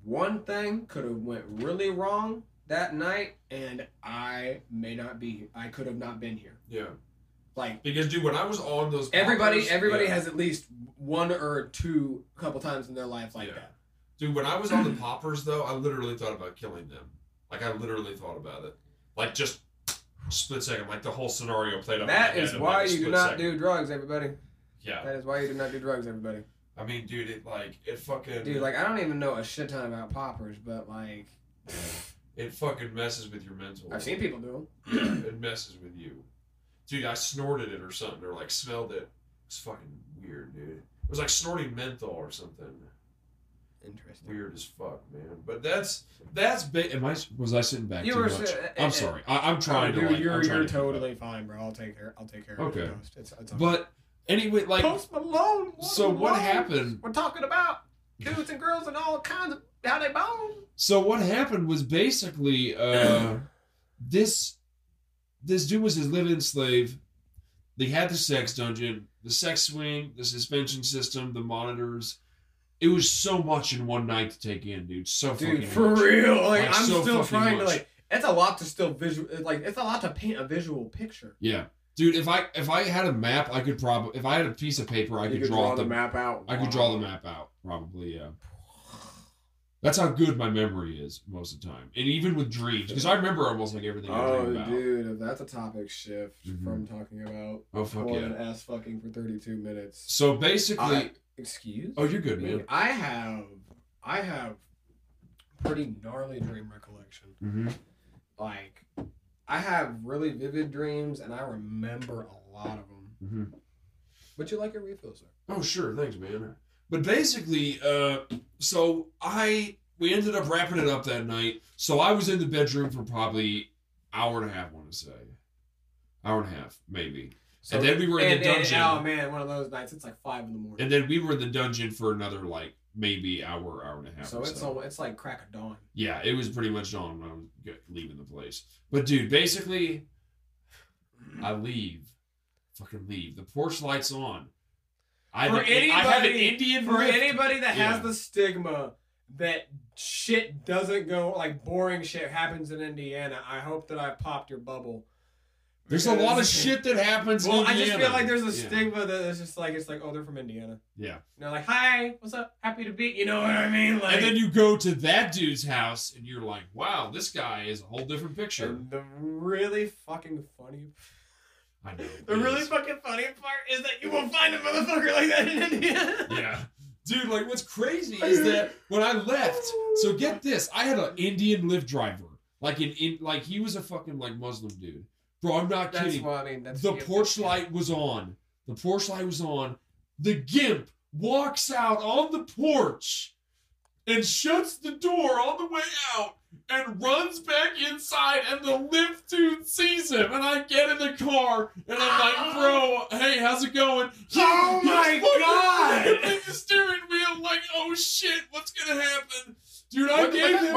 Speaker 5: one thing could have went really wrong that night and i may not be here. i could have not been here
Speaker 6: Yeah.
Speaker 5: like
Speaker 6: Because dude, when I was on those
Speaker 5: Everybody,
Speaker 6: poppers-
Speaker 5: everybody
Speaker 6: Yeah.
Speaker 5: has at least one or two, couple times in their life like
Speaker 6: Yeah.
Speaker 5: that.
Speaker 6: Dude, when I was on the poppers though, I literally thought about killing them. Like I literally thought about it. Like just split second, like the whole scenario played out.
Speaker 5: That is why you do not do drugs, everybody.
Speaker 6: Yeah.
Speaker 5: That is why you do not do drugs, everybody.
Speaker 6: I mean, dude, it like it fucking
Speaker 5: Dude, like I don't even know a shit ton about poppers, but like
Speaker 6: it fucking messes with your mental.
Speaker 5: I've seen people do them.
Speaker 6: Yeah, it messes with you. Dude, I snorted it or something, or like smelled it. It's fucking weird, dude. It was like snorting menthol or something.
Speaker 5: Interesting.
Speaker 6: Weird as fuck, man. But that's that's ba-
Speaker 3: Am I? Was I sitting back
Speaker 5: You
Speaker 3: too
Speaker 5: were
Speaker 3: much?
Speaker 5: sit- eh, eh,
Speaker 3: I'm sorry. I, I'm trying
Speaker 5: Dude,
Speaker 3: to. Like,
Speaker 5: you're
Speaker 6: I'm
Speaker 5: you're,
Speaker 6: trying to keep up.
Speaker 5: totally fine, bro. I'll take care. I'll take care of
Speaker 3: Okay.
Speaker 5: it. Post. It's, it's okay.
Speaker 3: But anyway, like,
Speaker 5: Post Malone. what
Speaker 3: so
Speaker 5: a
Speaker 3: what
Speaker 5: Malone.
Speaker 3: happened?
Speaker 5: We're talking about dudes and girls and all kinds of how they bone.
Speaker 3: So what happened was basically uh, this this dude was his live-in slave. They had the sex dungeon, the sex swing, the suspension system, the monitors. It was so much in one night to take in, dude. So
Speaker 5: Dude,
Speaker 3: fucking
Speaker 5: for
Speaker 3: much.
Speaker 5: real. Like,
Speaker 3: Like,
Speaker 5: I'm
Speaker 3: so
Speaker 5: still
Speaker 3: fucking
Speaker 5: trying to
Speaker 3: much.
Speaker 5: like. It's a lot to still visual. Like it's a lot to paint a visual picture.
Speaker 3: Yeah, dude. If I if I had a map, I could probably. If I had a piece of paper, I could, draw, the.
Speaker 5: map out.
Speaker 3: I could draw the map out, probably. Yeah. That's how good my memory is most of the time, and even with dreams, because I remember almost like everything I dream
Speaker 5: Oh,
Speaker 3: about.
Speaker 5: dude, if that's a topic shift
Speaker 3: Mhm.
Speaker 5: from talking about
Speaker 3: Oh fuck
Speaker 5: pulling
Speaker 3: yeah!
Speaker 5: an ass fucking for 32 minutes.
Speaker 3: So basically,
Speaker 5: I, excuse
Speaker 3: oh, you're good,
Speaker 5: me.
Speaker 3: man.
Speaker 5: I have, I have pretty gnarly dream recollection.
Speaker 3: Mm-hmm.
Speaker 5: Like, I have really vivid dreams, and I remember a lot of them.
Speaker 3: Mm-hmm.
Speaker 5: Would you like a refill, sir?
Speaker 3: Oh sure, thanks, man. But basically, uh, so I we ended up wrapping it up that night. So I was in the bedroom for probably hour and a half. I want to say, hour and a half, maybe.
Speaker 5: So,
Speaker 3: and then we were in
Speaker 5: and-
Speaker 3: the
Speaker 5: and-
Speaker 3: dungeon.
Speaker 5: oh man, one of those nights. It's like five in the morning.
Speaker 3: And then we were in the dungeon for another like maybe hour, hour and a half.
Speaker 5: so
Speaker 3: or
Speaker 5: it's
Speaker 3: so.
Speaker 5: al- it's like crack of dawn.
Speaker 3: yeah, it was pretty much on when I was g- leaving the place. But dude, basically, I leave, fucking leave. The porch lights on. I,
Speaker 5: For
Speaker 3: have, an- I have an
Speaker 5: anybody-
Speaker 3: Indian
Speaker 5: For
Speaker 3: riff.
Speaker 5: anybody that
Speaker 3: Yeah.
Speaker 5: has the stigma that shit doesn't go like boring shit happens in Indiana, I hope that I popped your bubble.
Speaker 3: There's a lot of
Speaker 5: Because-
Speaker 3: shit that happens.
Speaker 5: Well,
Speaker 3: in
Speaker 5: I just feel
Speaker 3: Indiana.
Speaker 5: like there's a
Speaker 3: Yeah.
Speaker 5: stigma that it's just like it's like oh they're from Indiana.
Speaker 3: Yeah.
Speaker 5: And they're like hi, what's up? Happy to be. You know what I mean? Like
Speaker 3: and then you go to that dude's house and you're like, wow, this guy is a whole different picture.
Speaker 5: And the really fucking funny.
Speaker 3: I know.
Speaker 5: The
Speaker 3: it
Speaker 5: really
Speaker 3: is.
Speaker 5: fucking funny part is that you will find a motherfucker like that in Indiana.
Speaker 3: Yeah. Dude, like what's crazy is that when I left, so get this, I had an Indian lift driver. Like an in like he was a fucking like Muslim dude. Bro, I'm not
Speaker 5: That's
Speaker 3: kidding.
Speaker 5: what I mean. That's
Speaker 3: the porch light was on. The porch light was on. The gimp walks out on the porch and shuts the door on the way out and runs back inside and the lift dude sees him and I get in the car and I'm like, bro, hey, how's it going? He-
Speaker 5: Oh
Speaker 3: he's
Speaker 5: my
Speaker 3: fucking-
Speaker 5: God!
Speaker 3: hitting the steering wheel like, oh shit, what's gonna happen? Dude, I gave him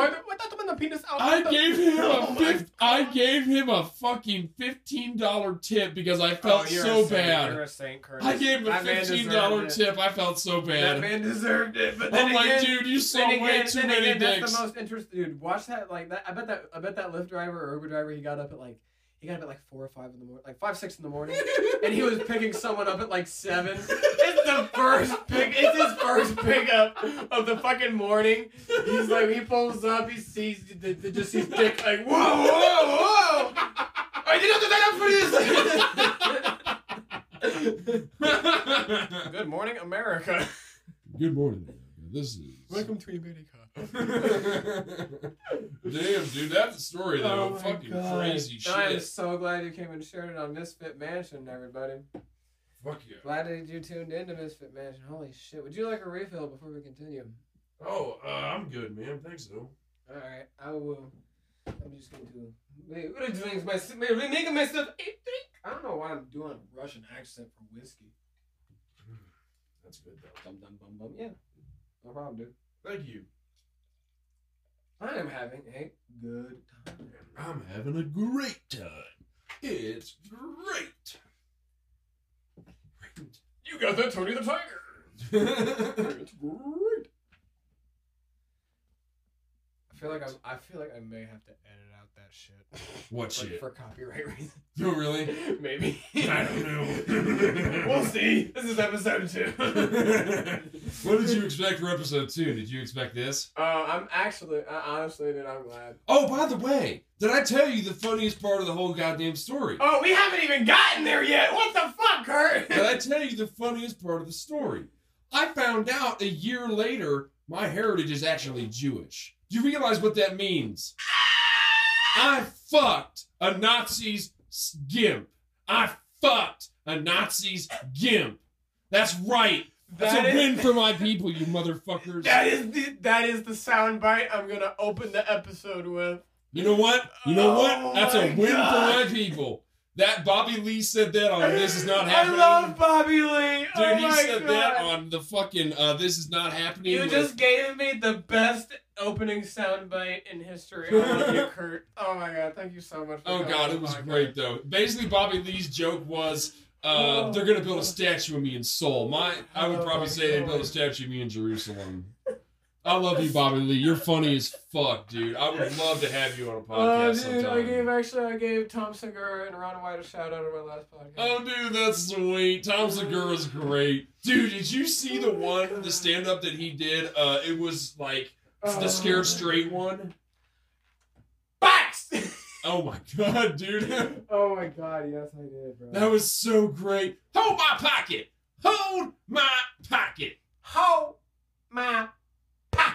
Speaker 3: I gave him
Speaker 5: Oh
Speaker 3: a
Speaker 5: my
Speaker 3: fif- I gave him a fucking fifteen dollar tip because I felt
Speaker 5: Oh, you're a
Speaker 3: so
Speaker 5: saint.
Speaker 3: bad.
Speaker 5: You're a saint, Curtis.
Speaker 3: I gave him a
Speaker 5: That man
Speaker 3: fifteen
Speaker 5: deserved
Speaker 3: dollar
Speaker 5: it.
Speaker 3: tip. I felt so
Speaker 5: That
Speaker 3: bad.
Speaker 5: man deserved it. But then
Speaker 3: I'm like,
Speaker 5: again,
Speaker 3: dude, you saw
Speaker 5: then
Speaker 3: way
Speaker 5: again,
Speaker 3: too
Speaker 5: then
Speaker 3: many
Speaker 5: again,
Speaker 3: dicks.
Speaker 5: That's the most interesting. Dude, watch that. Like that. I bet that. I bet that Lyft driver or Uber driver. He got up at like. He got up at like four or five in the morning, like five, six in the morning, and he was picking someone up at like seven. It's the first pick. It's his first pickup of the fucking morning. He's like, he pulls up, he sees the, the, just his dick, like, whoa, whoa, whoa! I did not do that for this. Good morning, America.
Speaker 3: Good morning. This is
Speaker 7: Welcome to America.
Speaker 6: Damn, dude, that's a story though.
Speaker 5: Oh my
Speaker 6: fucking
Speaker 5: God.
Speaker 6: crazy
Speaker 5: I am
Speaker 6: shit.
Speaker 5: so glad you came and shared it on Misfit Mansion, everybody.
Speaker 6: Fuck yeah.
Speaker 5: Glad that you tuned into Misfit Mansion. Holy shit. Would you like a refill before we continue?
Speaker 6: Oh, uh, I'm good, man. Thanks though.
Speaker 5: Alright, I will. I'm
Speaker 8: just gonna do? Wait, what are you doing? My my making myself a drink. I don't know why I'm doing a Russian accent for whiskey.
Speaker 3: That's good though.
Speaker 8: Dum dum bum bum. Yeah, no problem, dude.
Speaker 3: Thank you.
Speaker 8: I am having a good time.
Speaker 3: I'm having a great time. It's great. Great. You got that Tony the Tiger.
Speaker 8: It's great.
Speaker 5: I feel like I'm, I feel like I may have to edit out that shit.
Speaker 3: what
Speaker 5: For,
Speaker 3: shit?
Speaker 5: for copyright reasons.
Speaker 3: You really?
Speaker 5: Maybe.
Speaker 3: I don't know.
Speaker 5: we'll see. This is episode two.
Speaker 3: what did you expect for episode two? Did you expect this?
Speaker 8: Uh, I'm actually, I, honestly, dude, I'm glad.
Speaker 3: Oh, by the way, did I tell you the funniest part of the whole goddamn story?
Speaker 5: Oh, we haven't even gotten there yet. What the fuck, Kurt?
Speaker 3: Did I tell you the funniest part of the story? I found out a year later my heritage is actually Jewish. Do you realize what that means? I fucked a Nazi's s- gimp. I fucked a Nazi's gimp. That's right. That's
Speaker 5: That
Speaker 3: a
Speaker 5: is-
Speaker 3: win for my people, you motherfuckers.
Speaker 5: That is the that is the soundbite I'm gonna open the episode with.
Speaker 3: You know what? You know
Speaker 5: Oh
Speaker 3: what? That's a
Speaker 5: my
Speaker 3: win
Speaker 5: God.
Speaker 3: for my people. That Bobby Lee said that on Oh, This Is Not
Speaker 5: I
Speaker 3: Happening.
Speaker 5: love Bobby Lee.
Speaker 3: Dude,
Speaker 5: oh
Speaker 3: he
Speaker 5: my
Speaker 3: said
Speaker 5: God.
Speaker 3: that on the fucking uh, This Is Not Happening.
Speaker 5: You
Speaker 3: with-
Speaker 5: just gave me the best opening soundbite in history. I love you, Kurt. Oh my god, thank you so much. For
Speaker 3: Oh
Speaker 5: coming
Speaker 3: god,
Speaker 5: on
Speaker 3: it was
Speaker 5: the podcast.
Speaker 3: great though. Basically, Bobby Lee's joke was, uh,
Speaker 5: Oh.
Speaker 3: "They're gonna build a statue of me in Seoul." My, I would
Speaker 5: Oh,
Speaker 3: probably
Speaker 5: my
Speaker 3: say they build a
Speaker 5: God.
Speaker 3: statue of me in Jerusalem. I love you, Bobby Lee. You're funny as fuck, dude. I would love to have you on a
Speaker 5: Oh,
Speaker 3: podcast
Speaker 5: dude, I
Speaker 3: sometime.
Speaker 5: gave actually I gave Tom Segura and Ron White a shout out on my last podcast.
Speaker 3: Oh, dude, that's sweet. Tom Segura's great. Dude, did you see
Speaker 5: Oh
Speaker 3: the one, the stand up that he did? Uh, it was like
Speaker 5: Oh.
Speaker 3: the scared straight one.
Speaker 5: box.
Speaker 3: Oh my god, dude.
Speaker 5: oh my god, yes I did, bro.
Speaker 3: That was so great. Hold my pocket. Hold my pocket.
Speaker 5: Hold my
Speaker 3: Pocket.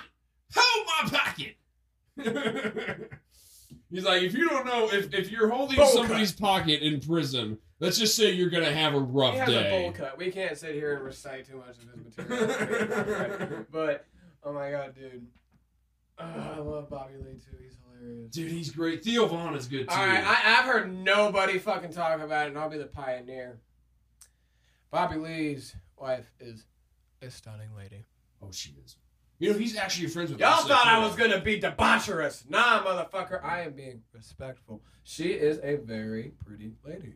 Speaker 3: Hold my pocket. He's like, if you don't know, if, if you're holding
Speaker 5: Bowl cut.
Speaker 3: somebody's pocket in prison, let's just say you're gonna have a rough
Speaker 5: He has a bowl
Speaker 3: day.
Speaker 5: cut. We can't sit here and recite too much of his material. but oh my god, dude. Ugh, I love Bobby Lee too. He's hilarious.
Speaker 3: Dude, he's great. Theo Vaughn is good too.
Speaker 5: All right, I, I've heard nobody fucking talk about it, and I'll be the pioneer. Bobby Lee's wife is a stunning lady.
Speaker 3: oh, she is. You know, he's actually friends with.
Speaker 5: Y'all
Speaker 3: Lisa
Speaker 5: thought I
Speaker 3: Kudrow.
Speaker 5: was gonna be debaucherous. Nah, motherfucker, I am being respectful. She is a very pretty lady.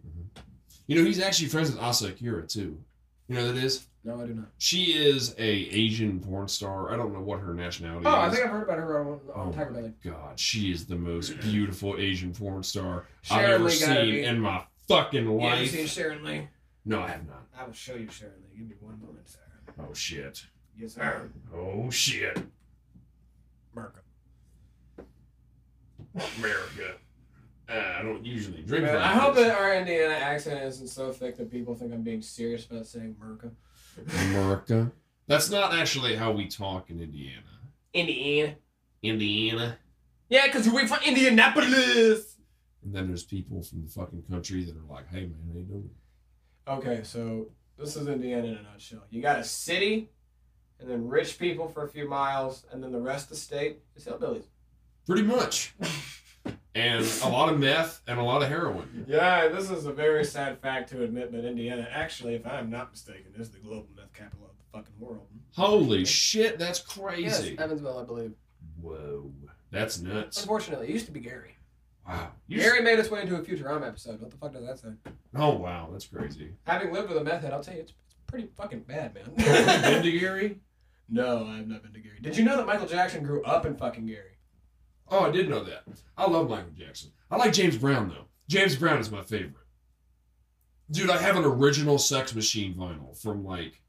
Speaker 3: You know, he's actually friends with Asa Akira too. You know who that is?
Speaker 5: No, I do not.
Speaker 3: She is a Asian porn star. I don't know what her nationality
Speaker 5: Oh,
Speaker 3: is.
Speaker 5: I think I've heard about her on, on
Speaker 3: Oh
Speaker 5: Tiger
Speaker 3: my
Speaker 5: Belly.
Speaker 3: god, she is the most beautiful Asian porn star I've
Speaker 5: Sharon
Speaker 3: ever
Speaker 5: Lee gotta
Speaker 3: seen
Speaker 5: be-
Speaker 3: in my fucking
Speaker 5: Yeah, you
Speaker 3: life.
Speaker 5: seen Sharon Lee?
Speaker 3: no, I have not.
Speaker 8: I will show you, Sharon. Lee. Give me one moment, sir.
Speaker 3: Oh shit.
Speaker 8: Yes, sir.
Speaker 3: Oh shit.
Speaker 5: America.
Speaker 3: America. Uh, I don't usually drink
Speaker 5: Man,
Speaker 3: like
Speaker 5: I hope
Speaker 3: this.
Speaker 5: that our Indiana accent isn't so thick that people think I'm being serious about saying Merca.
Speaker 3: America. That's not actually how we talk in Indiana.
Speaker 5: Indiana.
Speaker 3: Indiana.
Speaker 5: Yeah, because we're from Indianapolis.
Speaker 3: And then there's people from the fucking country that are like, hey man, they doing?
Speaker 5: Okay, so this is Indiana in a nutshell. You got a city, and then rich people for a few miles, and then the rest of the state is hillbillies.
Speaker 3: Pretty much. and a lot of meth and a lot of heroin.
Speaker 5: Yeah, this is a very sad fact to admit, but Indiana, actually, if I'm not mistaken, is the global meth capital of the fucking world.
Speaker 3: Holy shit, that's crazy.
Speaker 5: Yes, um, Evansville, I believe.
Speaker 3: Whoa. That's nuts.
Speaker 5: Unfortunately, it used to be Gary.
Speaker 3: Wow. You
Speaker 5: Gary made its way into a Futurama episode. What the fuck does that say?
Speaker 3: Oh wow, that's crazy.
Speaker 5: Having lived with a meth head, I'll tell you, it's, it's pretty fucking bad,
Speaker 3: Been
Speaker 5: man.
Speaker 3: to Gary?
Speaker 5: no, I have not been to Gary. Did you know that Michael Jackson grew up in fucking Gary?
Speaker 3: Oh, I did know that. I love Michael Jackson. I like James Brown though. James Brown is my favorite. Dude, I have an original Sex Machine vinyl from like,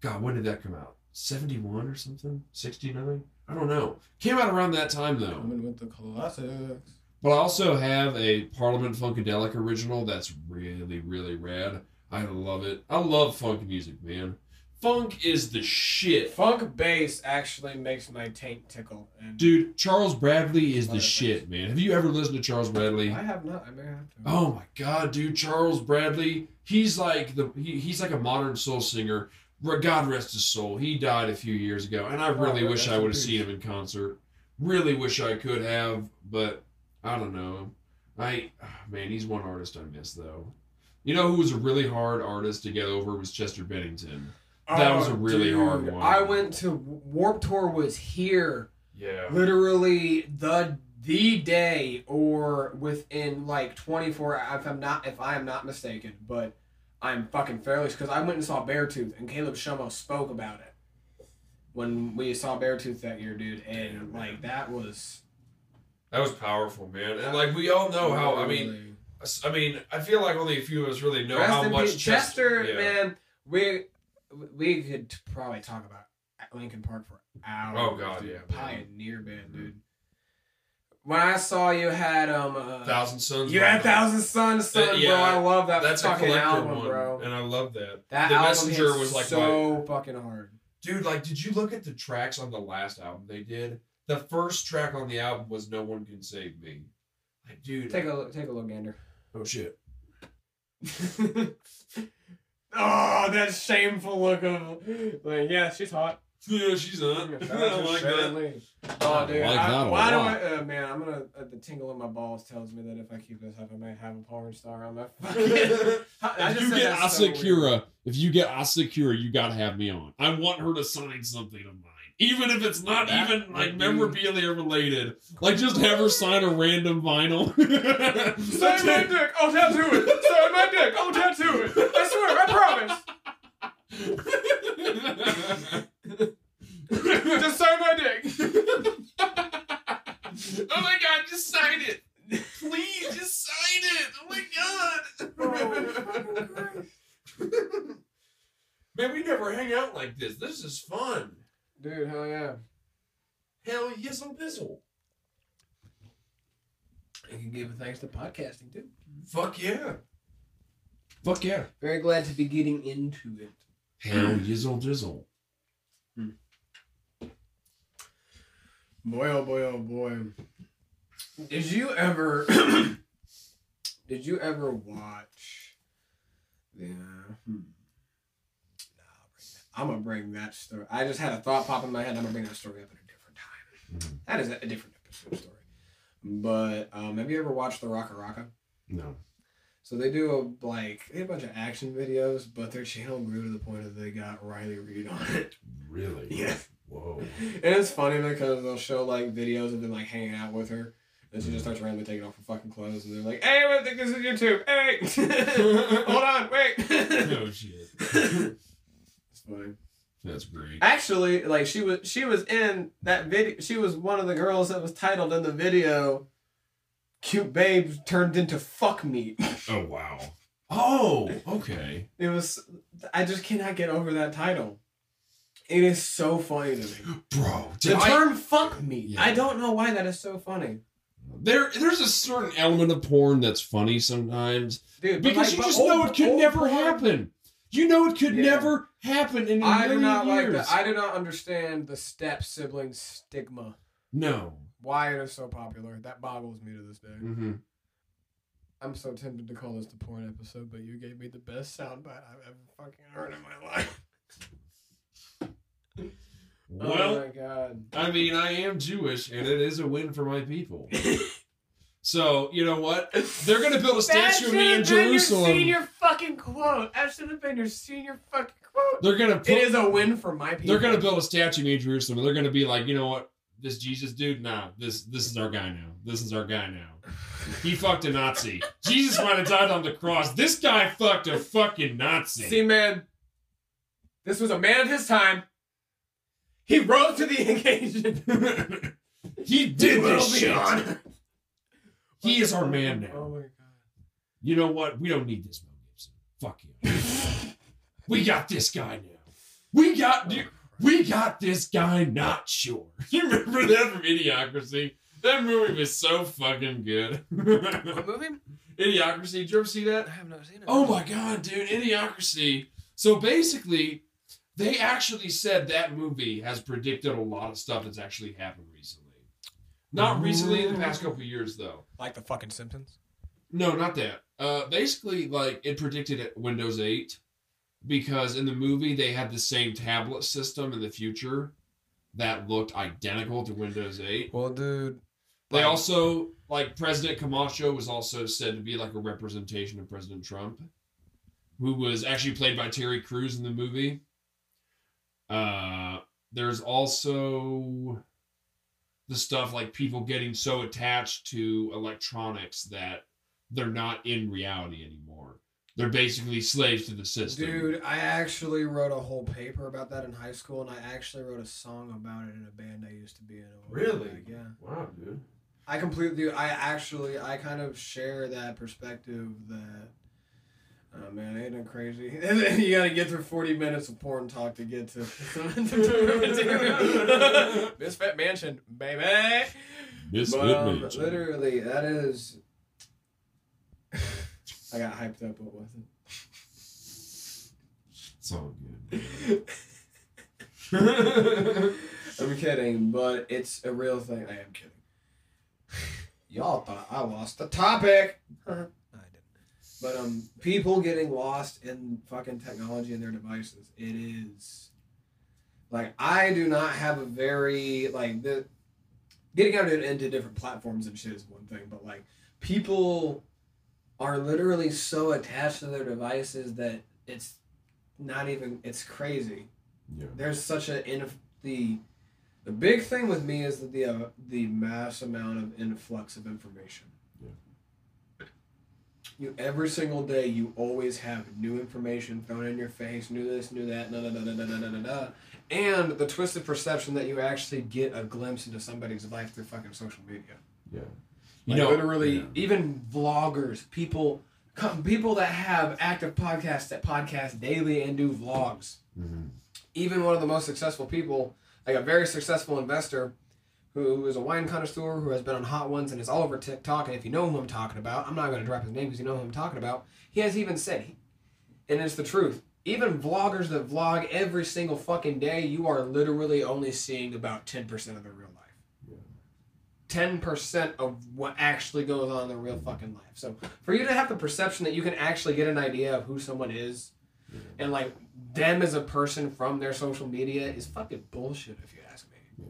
Speaker 3: God, when did that come out? Seventy-one or something? Sixty-nine? I don't know. Came out around that time though.
Speaker 5: Coming with the classics.
Speaker 3: But I also have a Parliament Funkadelic original that's really, really rad. I love it. I love funk music, man. Funk is the shit.
Speaker 5: Funk bass actually makes my taint tickle. And
Speaker 3: Dude, Charles Bradley is the
Speaker 5: Motherfuckers.
Speaker 3: shit, man. Have you ever listened to Charles Bradley?
Speaker 5: I have not. I may have to.
Speaker 3: Oh my god, dude, Charles Bradley. He's like the he, he's like a modern soul singer. R- God rest his soul. He died a few years ago, and I really
Speaker 5: Oh,
Speaker 3: wish
Speaker 5: rest
Speaker 3: I
Speaker 5: in
Speaker 3: would have
Speaker 5: peace.
Speaker 3: seen him in concert. Really wish I could have, but I don't know. I ah, man, he's one artist I miss though. You know who was a really hard artist to get over was Chester Bennington. That was a really hard one.
Speaker 5: Oh, I went to Warp Tour was here
Speaker 3: Yeah.
Speaker 5: literally the the day or within like 24 if i'm not if i am not mistaken but i'm fucking fairly because i went and saw beartooth and caleb shomo spoke about it when we saw beartooth that year dude and
Speaker 3: Damn, man.
Speaker 5: like that was
Speaker 3: That was powerful, man. And like we all know how I mean I mean, I feel like only a few of us really know
Speaker 5: Rest
Speaker 3: how
Speaker 5: in
Speaker 3: much
Speaker 5: peace. chester
Speaker 3: yeah.
Speaker 5: man we we could probably talk about lincoln park for hours
Speaker 3: Oh, God,
Speaker 5: dude.
Speaker 3: yeah, man.
Speaker 5: pioneer band
Speaker 3: Mhm.
Speaker 5: dude when i saw you had um uh,
Speaker 3: Thousand Suns.
Speaker 5: You
Speaker 3: Right
Speaker 5: had
Speaker 3: Now.
Speaker 5: Thousand Suns, son,
Speaker 3: That- yeah,
Speaker 5: bro. I love that
Speaker 3: That's a
Speaker 5: fucking
Speaker 3: collector
Speaker 5: album,
Speaker 3: one,
Speaker 5: bro.
Speaker 3: and I love that.
Speaker 5: That
Speaker 3: the
Speaker 5: album
Speaker 3: Messenger
Speaker 5: hit
Speaker 3: was like
Speaker 5: so fucking hard.
Speaker 3: Dude, like, did you look at the tracks on the last album they did? The first track on the album was "No One Can Save Me." Like, dude,
Speaker 5: Take a look, take a look, Gander.
Speaker 3: oh shit,
Speaker 5: oh, that shameful look of like, yeah, she's hot.
Speaker 3: yeah, she's on. I like that.
Speaker 5: Oh, dude,
Speaker 3: I like
Speaker 5: I-
Speaker 3: that a
Speaker 5: why
Speaker 3: lot.
Speaker 5: do I? Uh, man, I'm gonna. Uh, the tingle in my balls tells me that if I keep this up, I might have a porn star on my fucking. I
Speaker 3: if
Speaker 5: just
Speaker 3: you
Speaker 5: said
Speaker 3: get
Speaker 5: that's so weird.
Speaker 3: Asakura, if you get Asakura, you gotta have me on. I want her to sign something of mine, even if it's not
Speaker 5: That
Speaker 3: even like
Speaker 5: would be-
Speaker 3: memorabilia related. Like, just have her sign a random vinyl.
Speaker 5: Sign my dick, I'll tattoo it. Sign my dick, I'll tattoo it. I swear, I promise. Just sign my dick.
Speaker 3: Oh my god, just sign it! Please, just sign it! Oh my god! Man, we never hang out like this. This is fun.
Speaker 5: Dude, hell yeah.
Speaker 3: Hell yes, I'm bizzle.
Speaker 5: I can give a thanks to podcasting too.
Speaker 3: Fuck yeah. Fuck yeah.
Speaker 5: Very glad to be getting into it.
Speaker 3: Hell yizzle dizzle.
Speaker 5: Boy, oh boy, oh boy. Did you ever? did you ever watch? Yeah. hmm. Nah, I'll bring that- I'm gonna bring that story. I just had a thought pop in my head. I'm gonna bring that story up at a different time. That is a different episode story. But um, have you ever watched the Rocka Rocka?
Speaker 3: No.
Speaker 5: So they do a like they had a bunch of action videos, but their channel grew to the point that they got Riley Reid on it.
Speaker 3: Really?
Speaker 5: Yeah.
Speaker 3: Whoa.
Speaker 5: And it's funny because they'll show like videos of them like hanging out with her. And
Speaker 3: Mm-hmm.
Speaker 5: she just starts randomly taking off her fucking clothes and they're like, Hey, I think this is YouTube. Hey Hold on, wait
Speaker 3: No shit.
Speaker 5: It's funny.
Speaker 3: That's great.
Speaker 5: Actually, like she was she was in that video she was one of the girls that was titled in the video Cute Babe Turned into Fuck Meat.
Speaker 3: Oh wow. Oh, okay.
Speaker 5: It was. I just cannot get over that title. It is so funny to me.
Speaker 3: Bro,
Speaker 5: The
Speaker 3: did I-
Speaker 5: term "fuck me."
Speaker 3: Yeah.
Speaker 5: I don't know why that is so funny,
Speaker 3: there there's a certain element of porn that's funny sometimes.
Speaker 5: dude. but
Speaker 3: Because
Speaker 5: like,
Speaker 3: you
Speaker 5: but
Speaker 3: just
Speaker 5: old-
Speaker 3: know it could
Speaker 5: old
Speaker 3: never
Speaker 5: porn-
Speaker 3: happen. You know it could
Speaker 5: Yeah.
Speaker 3: never happen in a
Speaker 5: I do
Speaker 3: million
Speaker 5: not like
Speaker 3: years.
Speaker 5: that. I do not understand the step sibling stigma.
Speaker 3: no.
Speaker 5: Why it is so popular? That boggles me to this day.
Speaker 3: Mm-hmm.
Speaker 5: I'm so tempted to call this the porn episode, but you gave me the best soundbite I've ever fucking heard in my life.
Speaker 3: Well,
Speaker 5: oh my god.
Speaker 3: I mean, I am Jewish, and it is a win for my people. so you know what? They're gonna build a statue of me in Jerusalem.
Speaker 5: fucking quote. That should have been your senior fucking quote.
Speaker 3: They're gonna
Speaker 5: It
Speaker 3: put,
Speaker 5: is a win for my people.
Speaker 3: they're gonna build a statue of me in Jerusalem. and They're gonna be like, you know what? This Jesus dude, nah. This this is our guy now. This is our guy now. He fucked a Nazi. Jesus might have died on the cross. This guy fucked a fucking Nazi.
Speaker 5: See, man, this was a man of his time. He rose to the occasion.
Speaker 3: he did this shit. He is our man now.
Speaker 5: Oh my god.
Speaker 3: You know what? We don't need this Mel Gibson. Fuck you. we got this guy now. We
Speaker 5: Oh,
Speaker 3: got you. We got this guy. Not sure. You remember that from Idiocracy? That movie was so fucking good.
Speaker 5: movie?
Speaker 3: Idiocracy. Did you ever see that?
Speaker 5: have not seen it.
Speaker 3: Oh my god, dude, Idiocracy. So basically, they actually said that movie has predicted a lot of stuff that's actually happened recently. Not recently, in the past couple of years though.
Speaker 5: Like the fucking Simpsons?
Speaker 3: No, not that. Uh, basically, like it predicted Windows 8 because in the movie they had the same tablet system in the future that looked identical to Windows 8.
Speaker 5: Well, dude,
Speaker 3: They
Speaker 2: Like-
Speaker 3: also like President Camacho was also said to be like a representation of President Trump, who was actually played by Terry Crews in the movie. Uh, there's also the stuff like people getting so attached to electronics that they're not in reality anymore. They're basically slaves to the system.
Speaker 5: Dude, I actually wrote a whole paper about that in high school, and I actually wrote a song about it in a band I used to be in. a while
Speaker 2: Really?
Speaker 5: back, Yeah.
Speaker 2: Wow, dude.
Speaker 5: I completely. dude, I actually. I kind of share that perspective that. Oh man, ain't no crazy. And then you gotta get through forty minutes of porn talk to get to. Misfit Mansion, baby.
Speaker 3: Miss
Speaker 5: But um,
Speaker 3: Whitman.
Speaker 5: literally, that is. I got hyped up, but wasn't.
Speaker 3: It's all good.
Speaker 5: I'm kidding, but it's a real thing. I am kidding. Y'all thought I lost the topic. I didn't. But um, people getting lost in fucking technology and their devices. It is like I do not have a very like the getting out into different platforms and shit is one thing, but like people are literally so attached to their devices that it's not even it's crazy
Speaker 3: Yeah.
Speaker 5: there's such a in the the big thing with me is that the uh, the mass amount of influx of information.
Speaker 3: Yeah.
Speaker 5: You every single day you always have new information thrown in your face, new this, new that, da da da da da da da da, and the twisted perception that you actually get a glimpse into somebody's life through fucking social media.
Speaker 3: You
Speaker 5: Like
Speaker 3: know,
Speaker 5: literally,
Speaker 3: yeah.
Speaker 5: even vloggers, people, com- people that have active podcasts that podcast daily and do vlogs.
Speaker 3: Mhm.
Speaker 5: Even one of the most successful people, like a very successful investor, who is a wine connoisseur who has been on Hot Ones and is all over TikTok. And if you know who I'm talking about, I'm not going to drop his name because you know who I'm talking about. He has even said, and it's the truth. Even vloggers that vlog every single fucking day, you are literally only seeing about ten percent of their real life ten percent of what actually goes on in their real fucking life. So for you to have the perception that you can actually get an idea of who someone is and like them as a person from their social media is fucking bullshit if you ask me.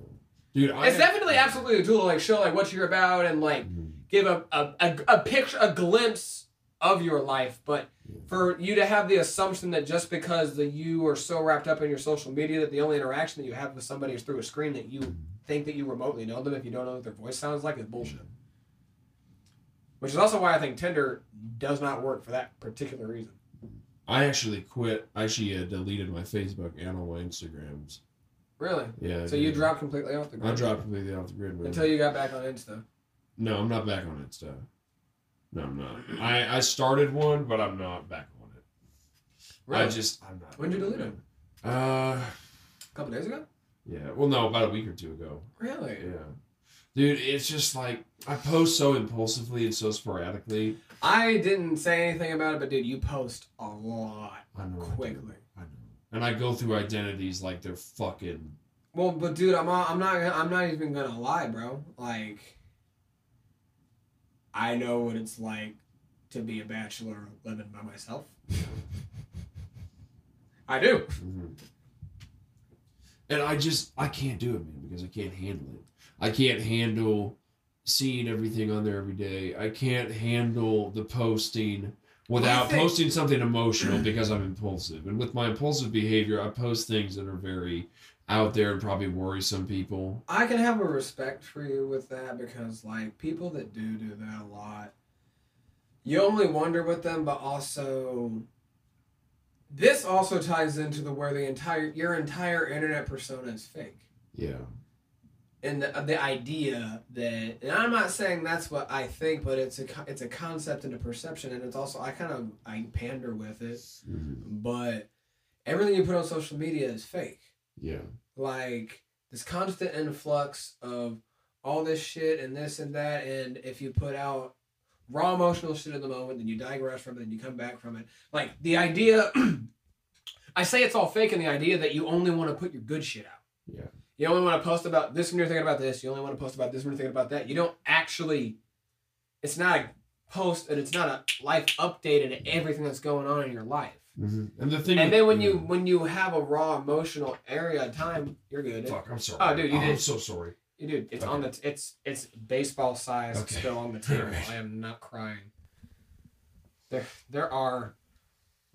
Speaker 3: Dude, I
Speaker 5: It's definitely absolutely a tool to like show like what you're about and like give a a, a, a picture a glimpse of your life, but for you to have the assumption that just because that you are so wrapped up in your social media that the only interaction that you have with somebody is through a screen that you think that you remotely know them if you don't know what their voice sounds like is bullshit. Which is also why I think Tinder does not work for that particular reason.
Speaker 3: I actually quit. I actually uh, deleted my Facebook and all my Instagrams.
Speaker 5: Really?
Speaker 3: Yeah.
Speaker 5: So you
Speaker 3: dude.
Speaker 5: dropped completely off the grid
Speaker 3: I dropped completely off the grid. Man.
Speaker 5: until you got back on Insta.
Speaker 3: no, I'm not back on it stuff. No, I'm not. I, I started one, but I'm not back on it. I
Speaker 5: Really?
Speaker 3: just I'm not.
Speaker 5: When'd you delete it?
Speaker 3: it? Uh,
Speaker 5: A couple days ago?
Speaker 3: yeah. Well, no, about a week or two ago.
Speaker 5: Really?
Speaker 3: Yeah. Dude, it's just like I post so impulsively and so sporadically.
Speaker 5: I didn't say anything about it, but dude, you post a lot
Speaker 3: I know. I do.
Speaker 5: quickly.
Speaker 3: I know. And I go through identities like they're fucking.
Speaker 5: Well, but dude, I'm not, I'm not I'm not even gonna lie, bro. Like, I know what it's like to be a bachelor living by myself. I do.
Speaker 3: Mhm. And I just I can't do it, man, because I can't handle it. I can't handle seeing everything on there every day. I can't handle the posting without
Speaker 5: think-
Speaker 3: posting something emotional because I'm impulsive. And with my impulsive behavior, I post things that are very out there and probably worry some people.
Speaker 5: I can have a respect for you with that because, like, people that do do that a lot, you only wonder with them, but also, this also ties into the where the entire your entire internet persona is fake.
Speaker 3: Yeah.
Speaker 5: and the, the idea that and I'm not saying that's what I think, but it's a co- it's a concept and a perception, and it's also I kind of I pander with it,
Speaker 3: Mhm.
Speaker 5: but everything you put on social media is fake.
Speaker 3: Yeah.
Speaker 5: Like this constant influx of all this shit and this and that, and if you put out raw emotional shit in the moment, then you digress from it, then you come back from it. Like the idea, I say it's all fake, and the idea that you only want to put your good shit out.
Speaker 3: Yeah.
Speaker 5: You only want to post about this when you're thinking about this. You only want to post about this when you're thinking about that. You don't actually. It's not a post, and it's not a life update and everything that's going on in your life.
Speaker 3: Mhm. And the thing.
Speaker 5: And
Speaker 3: with-
Speaker 5: then when
Speaker 3: yeah.
Speaker 5: you when you have a raw emotional area of time, you're good.
Speaker 3: fuck, I'm sorry.
Speaker 5: Oh, dude, you
Speaker 3: I'm
Speaker 5: did-
Speaker 3: so sorry.
Speaker 2: dude, it's on the. T- it's it's baseball size. It's
Speaker 3: Okay.
Speaker 2: still on the table.
Speaker 3: Alright.
Speaker 2: I am not crying. There, there are,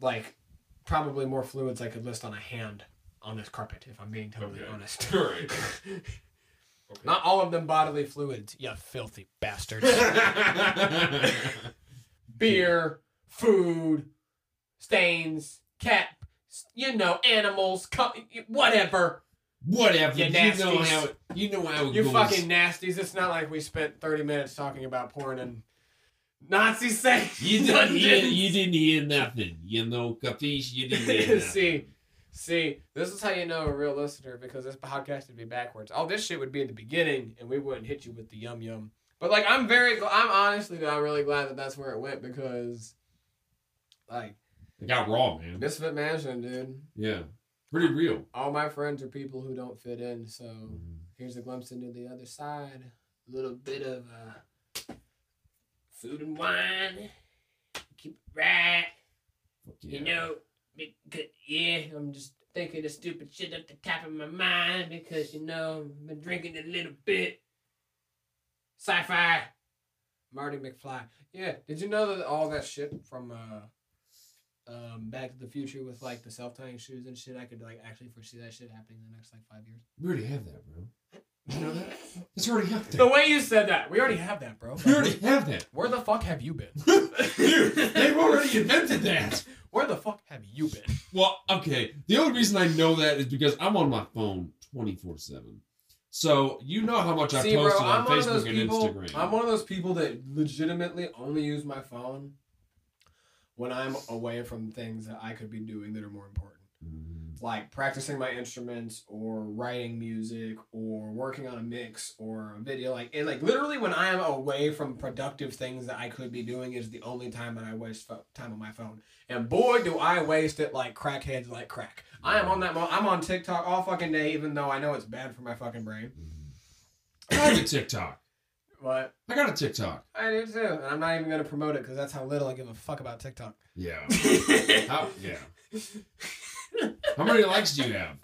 Speaker 2: like, probably more fluids I could list on a hand on this carpet. If I'm being totally
Speaker 3: Okay.
Speaker 2: honest.
Speaker 3: All right.
Speaker 2: Not all of them bodily fluids. You filthy bastards. Beer, food, stains, cat. You know, animals, co- whatever.
Speaker 3: Whatever.
Speaker 2: You
Speaker 3: You, know
Speaker 2: nasties.
Speaker 3: how it, you know how it
Speaker 2: You
Speaker 3: goes.
Speaker 2: fucking nasties. It's not like we spent 30 minutes talking about porn and Nazi sex.
Speaker 3: You didn't hear.
Speaker 2: dungeons.
Speaker 3: You didn't hear nothing. You know, capiche. You didn't hear nothing.
Speaker 2: see, see, this is how you know a real listener because this podcast would be backwards. All this shit would be in the beginning and we wouldn't hit you with the yum yum. But like, I'm very, gl- I'm honestly not really glad that that's where it went because, like,
Speaker 3: It got raw, man.
Speaker 2: Misfit Mansion, dude.
Speaker 3: Yeah, pretty real.
Speaker 2: All my friends are people who don't fit in, so here's a glimpse into the other side. A little bit of uh, food and wine. Keep it right.
Speaker 3: Yeah.
Speaker 2: You know, because, yeah, I'm just thinking of stupid shit at the top of my mind because, you know, I've been drinking a little bit. Sci fi. Marty McFly. Yeah, did you know that all that shit from uh, um, Back to the Future with like the self tying shoes and shit, I could like actually foresee that shit happening in the next like five years?
Speaker 3: We already have that, bro.
Speaker 2: You know that?
Speaker 3: It's already out there.
Speaker 2: The way you said that, we already have that, bro.
Speaker 3: We already have that.
Speaker 2: Where the fuck have you been?
Speaker 3: Dude, they've already invented that.
Speaker 2: Where the fuck have you been?
Speaker 3: Well, okay. The only reason I know that is because I'm on my phone 24 7. So you know how much I
Speaker 9: See, bro,
Speaker 3: posted on
Speaker 9: I'm one of
Speaker 3: Facebook
Speaker 9: those
Speaker 3: and
Speaker 9: people.
Speaker 3: Instagram.
Speaker 9: I'm one of those people that legitimately only use my phone
Speaker 2: when I'm away from things that I could be doing that are more important,
Speaker 3: Mm.
Speaker 2: like practicing my instruments or writing music or working on a mix or a video. Like, it, like literally, when I am away from productive things that I could be doing is the only time that I waste fo- time on my phone. And boy, do I waste it like crackheads like crack. I am on that. Mo- I'm on TikTok all fucking day, even though I know it's bad for my fucking brain.
Speaker 3: I have a TikTok.
Speaker 2: But
Speaker 3: I got a TikTok.
Speaker 2: I do too, and I'm not even gonna promote it because that's how little I give a fuck about TikTok.
Speaker 3: Yeah. how, yeah. How many likes do you have?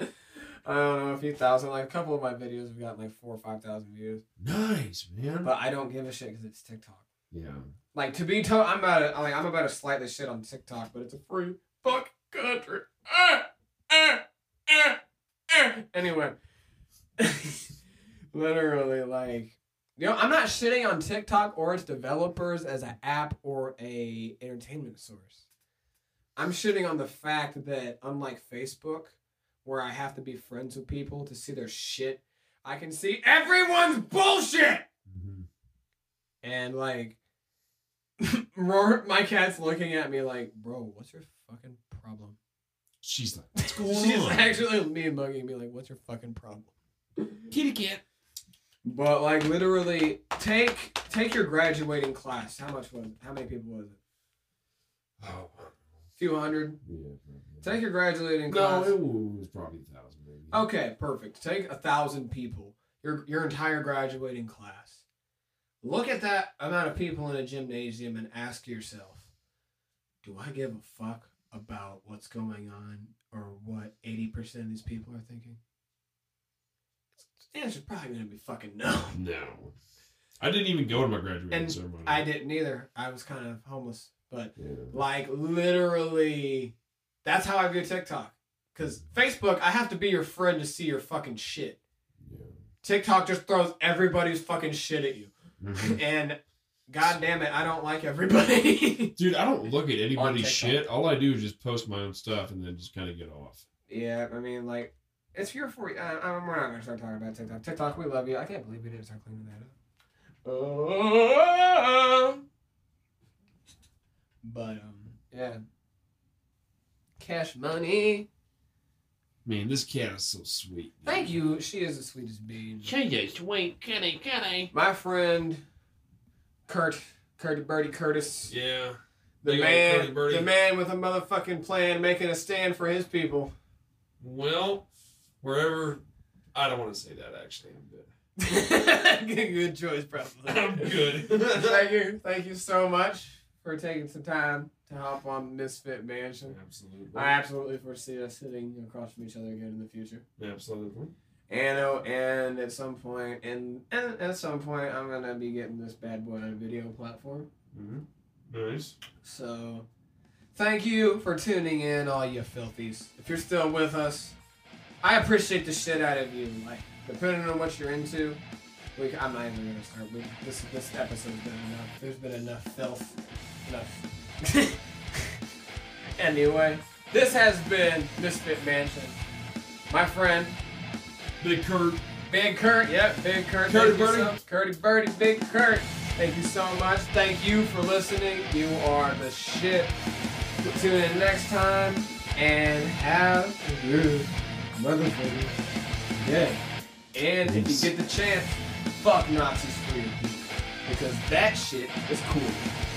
Speaker 2: I don't know, a few thousand. Like a couple of my videos have gotten like four or five thousand views,
Speaker 3: Nice, man.
Speaker 2: but I don't give a shit because it's TikTok.
Speaker 3: Yeah.
Speaker 2: Like to be told, I'm about to, like I'm about to slightly shit on TikTok, but it's a free fuck country. Ah, ah, ah, ah. Anyway, literally, like you know, I'm not shitting on TikTok or its developers as an app or a entertainment source. I'm shitting on the fact that unlike Facebook, where I have to be friends with people to see their shit, I can see everyone's bullshit.
Speaker 3: Mm-hmm.
Speaker 2: And like, Roar, my cat's looking at me like, bro, what's your fucking problem?
Speaker 3: She's like, what's going
Speaker 2: She's
Speaker 3: on?
Speaker 2: actually me and Muggy me like, what's your fucking problem?
Speaker 3: kitty cat.
Speaker 2: But like, literally, take take your graduating class. How much was it? How many people was it?
Speaker 3: Oh,
Speaker 2: Few hundred.
Speaker 3: yeah.
Speaker 2: Take Oh. your graduating
Speaker 3: No,
Speaker 2: class.
Speaker 3: it was probably a thousand, maybe.
Speaker 2: Okay, perfect. Take a thousand people, your your entire graduating class. Look at that amount of people in a gymnasium and ask yourself, do I give a fuck about what's going on or what eighty percent of these people are thinking? The answer's probably gonna be fucking no.
Speaker 3: No. I didn't even go to my graduation
Speaker 2: And
Speaker 3: ceremony.
Speaker 2: I didn't either. I was kind of homeless, but
Speaker 3: Yeah.
Speaker 2: like literally, that's how I view TikTok. Cause Facebook, I have to be your friend to see your fucking shit.
Speaker 3: yeah.
Speaker 2: TikTok just throws everybody's fucking shit at you.
Speaker 3: Mhm.
Speaker 2: And god damn it, I don't like everybody.
Speaker 3: Dude, I don't look at anybody's
Speaker 2: TikTok.
Speaker 3: shit. All I do is just post my own stuff and then just kind of get off.
Speaker 2: yeah, I mean, like, it's here for you. I, I'm, uh, we're not going to start talking about TikTok. TikTok, we love you. I can't believe we didn't start cleaning that up. Um, but, um, yeah. Cash money.
Speaker 3: Man, this cat is so sweet.
Speaker 2: Thank you. She is the sweetest bean.
Speaker 3: Changes, sweet kitty, kitty.
Speaker 2: My friend, Kurt, Kurt Birdie Curtis.
Speaker 3: Yeah.
Speaker 2: The
Speaker 3: Big old Curly
Speaker 2: man,
Speaker 3: Birdie.
Speaker 2: the man with a motherfucking plan, making a stand for his people.
Speaker 3: Well, wherever. I don't want to say that, actually. I'm good.
Speaker 2: Good choice, probably.
Speaker 3: I'm good.
Speaker 2: thank you, thank you so much for taking some time to hop on Misfit Mansion.
Speaker 3: Absolutely.
Speaker 2: I absolutely foresee us sitting across from each other again in the future.
Speaker 3: Absolutely.
Speaker 2: Anno, and at some point, and, and at some point, I'm gonna be getting this bad boy on a video platform.
Speaker 1: Nice.
Speaker 2: So, thank you for tuning in, all you filthies. If you're still with us, I appreciate the shit out of you. Like, depending on what you're into, we, I'm not even gonna start. We, this this episode's been enough. There's been enough filth. Enough. anyway, this has been Misfit Mansion. My friend,
Speaker 1: Big Kurt.
Speaker 2: Big Kurt, yep, Big Kurt.
Speaker 1: Curdy
Speaker 2: thank you
Speaker 1: Birdie.
Speaker 2: So, Curdy Birdie, Big Kurt. Thank you so much. Thank you for listening. You are the shit. Tune in next time and have a good motherfucker. Yeah. And if you get the chance, fuck Nazis for your people. Because that shit is cool.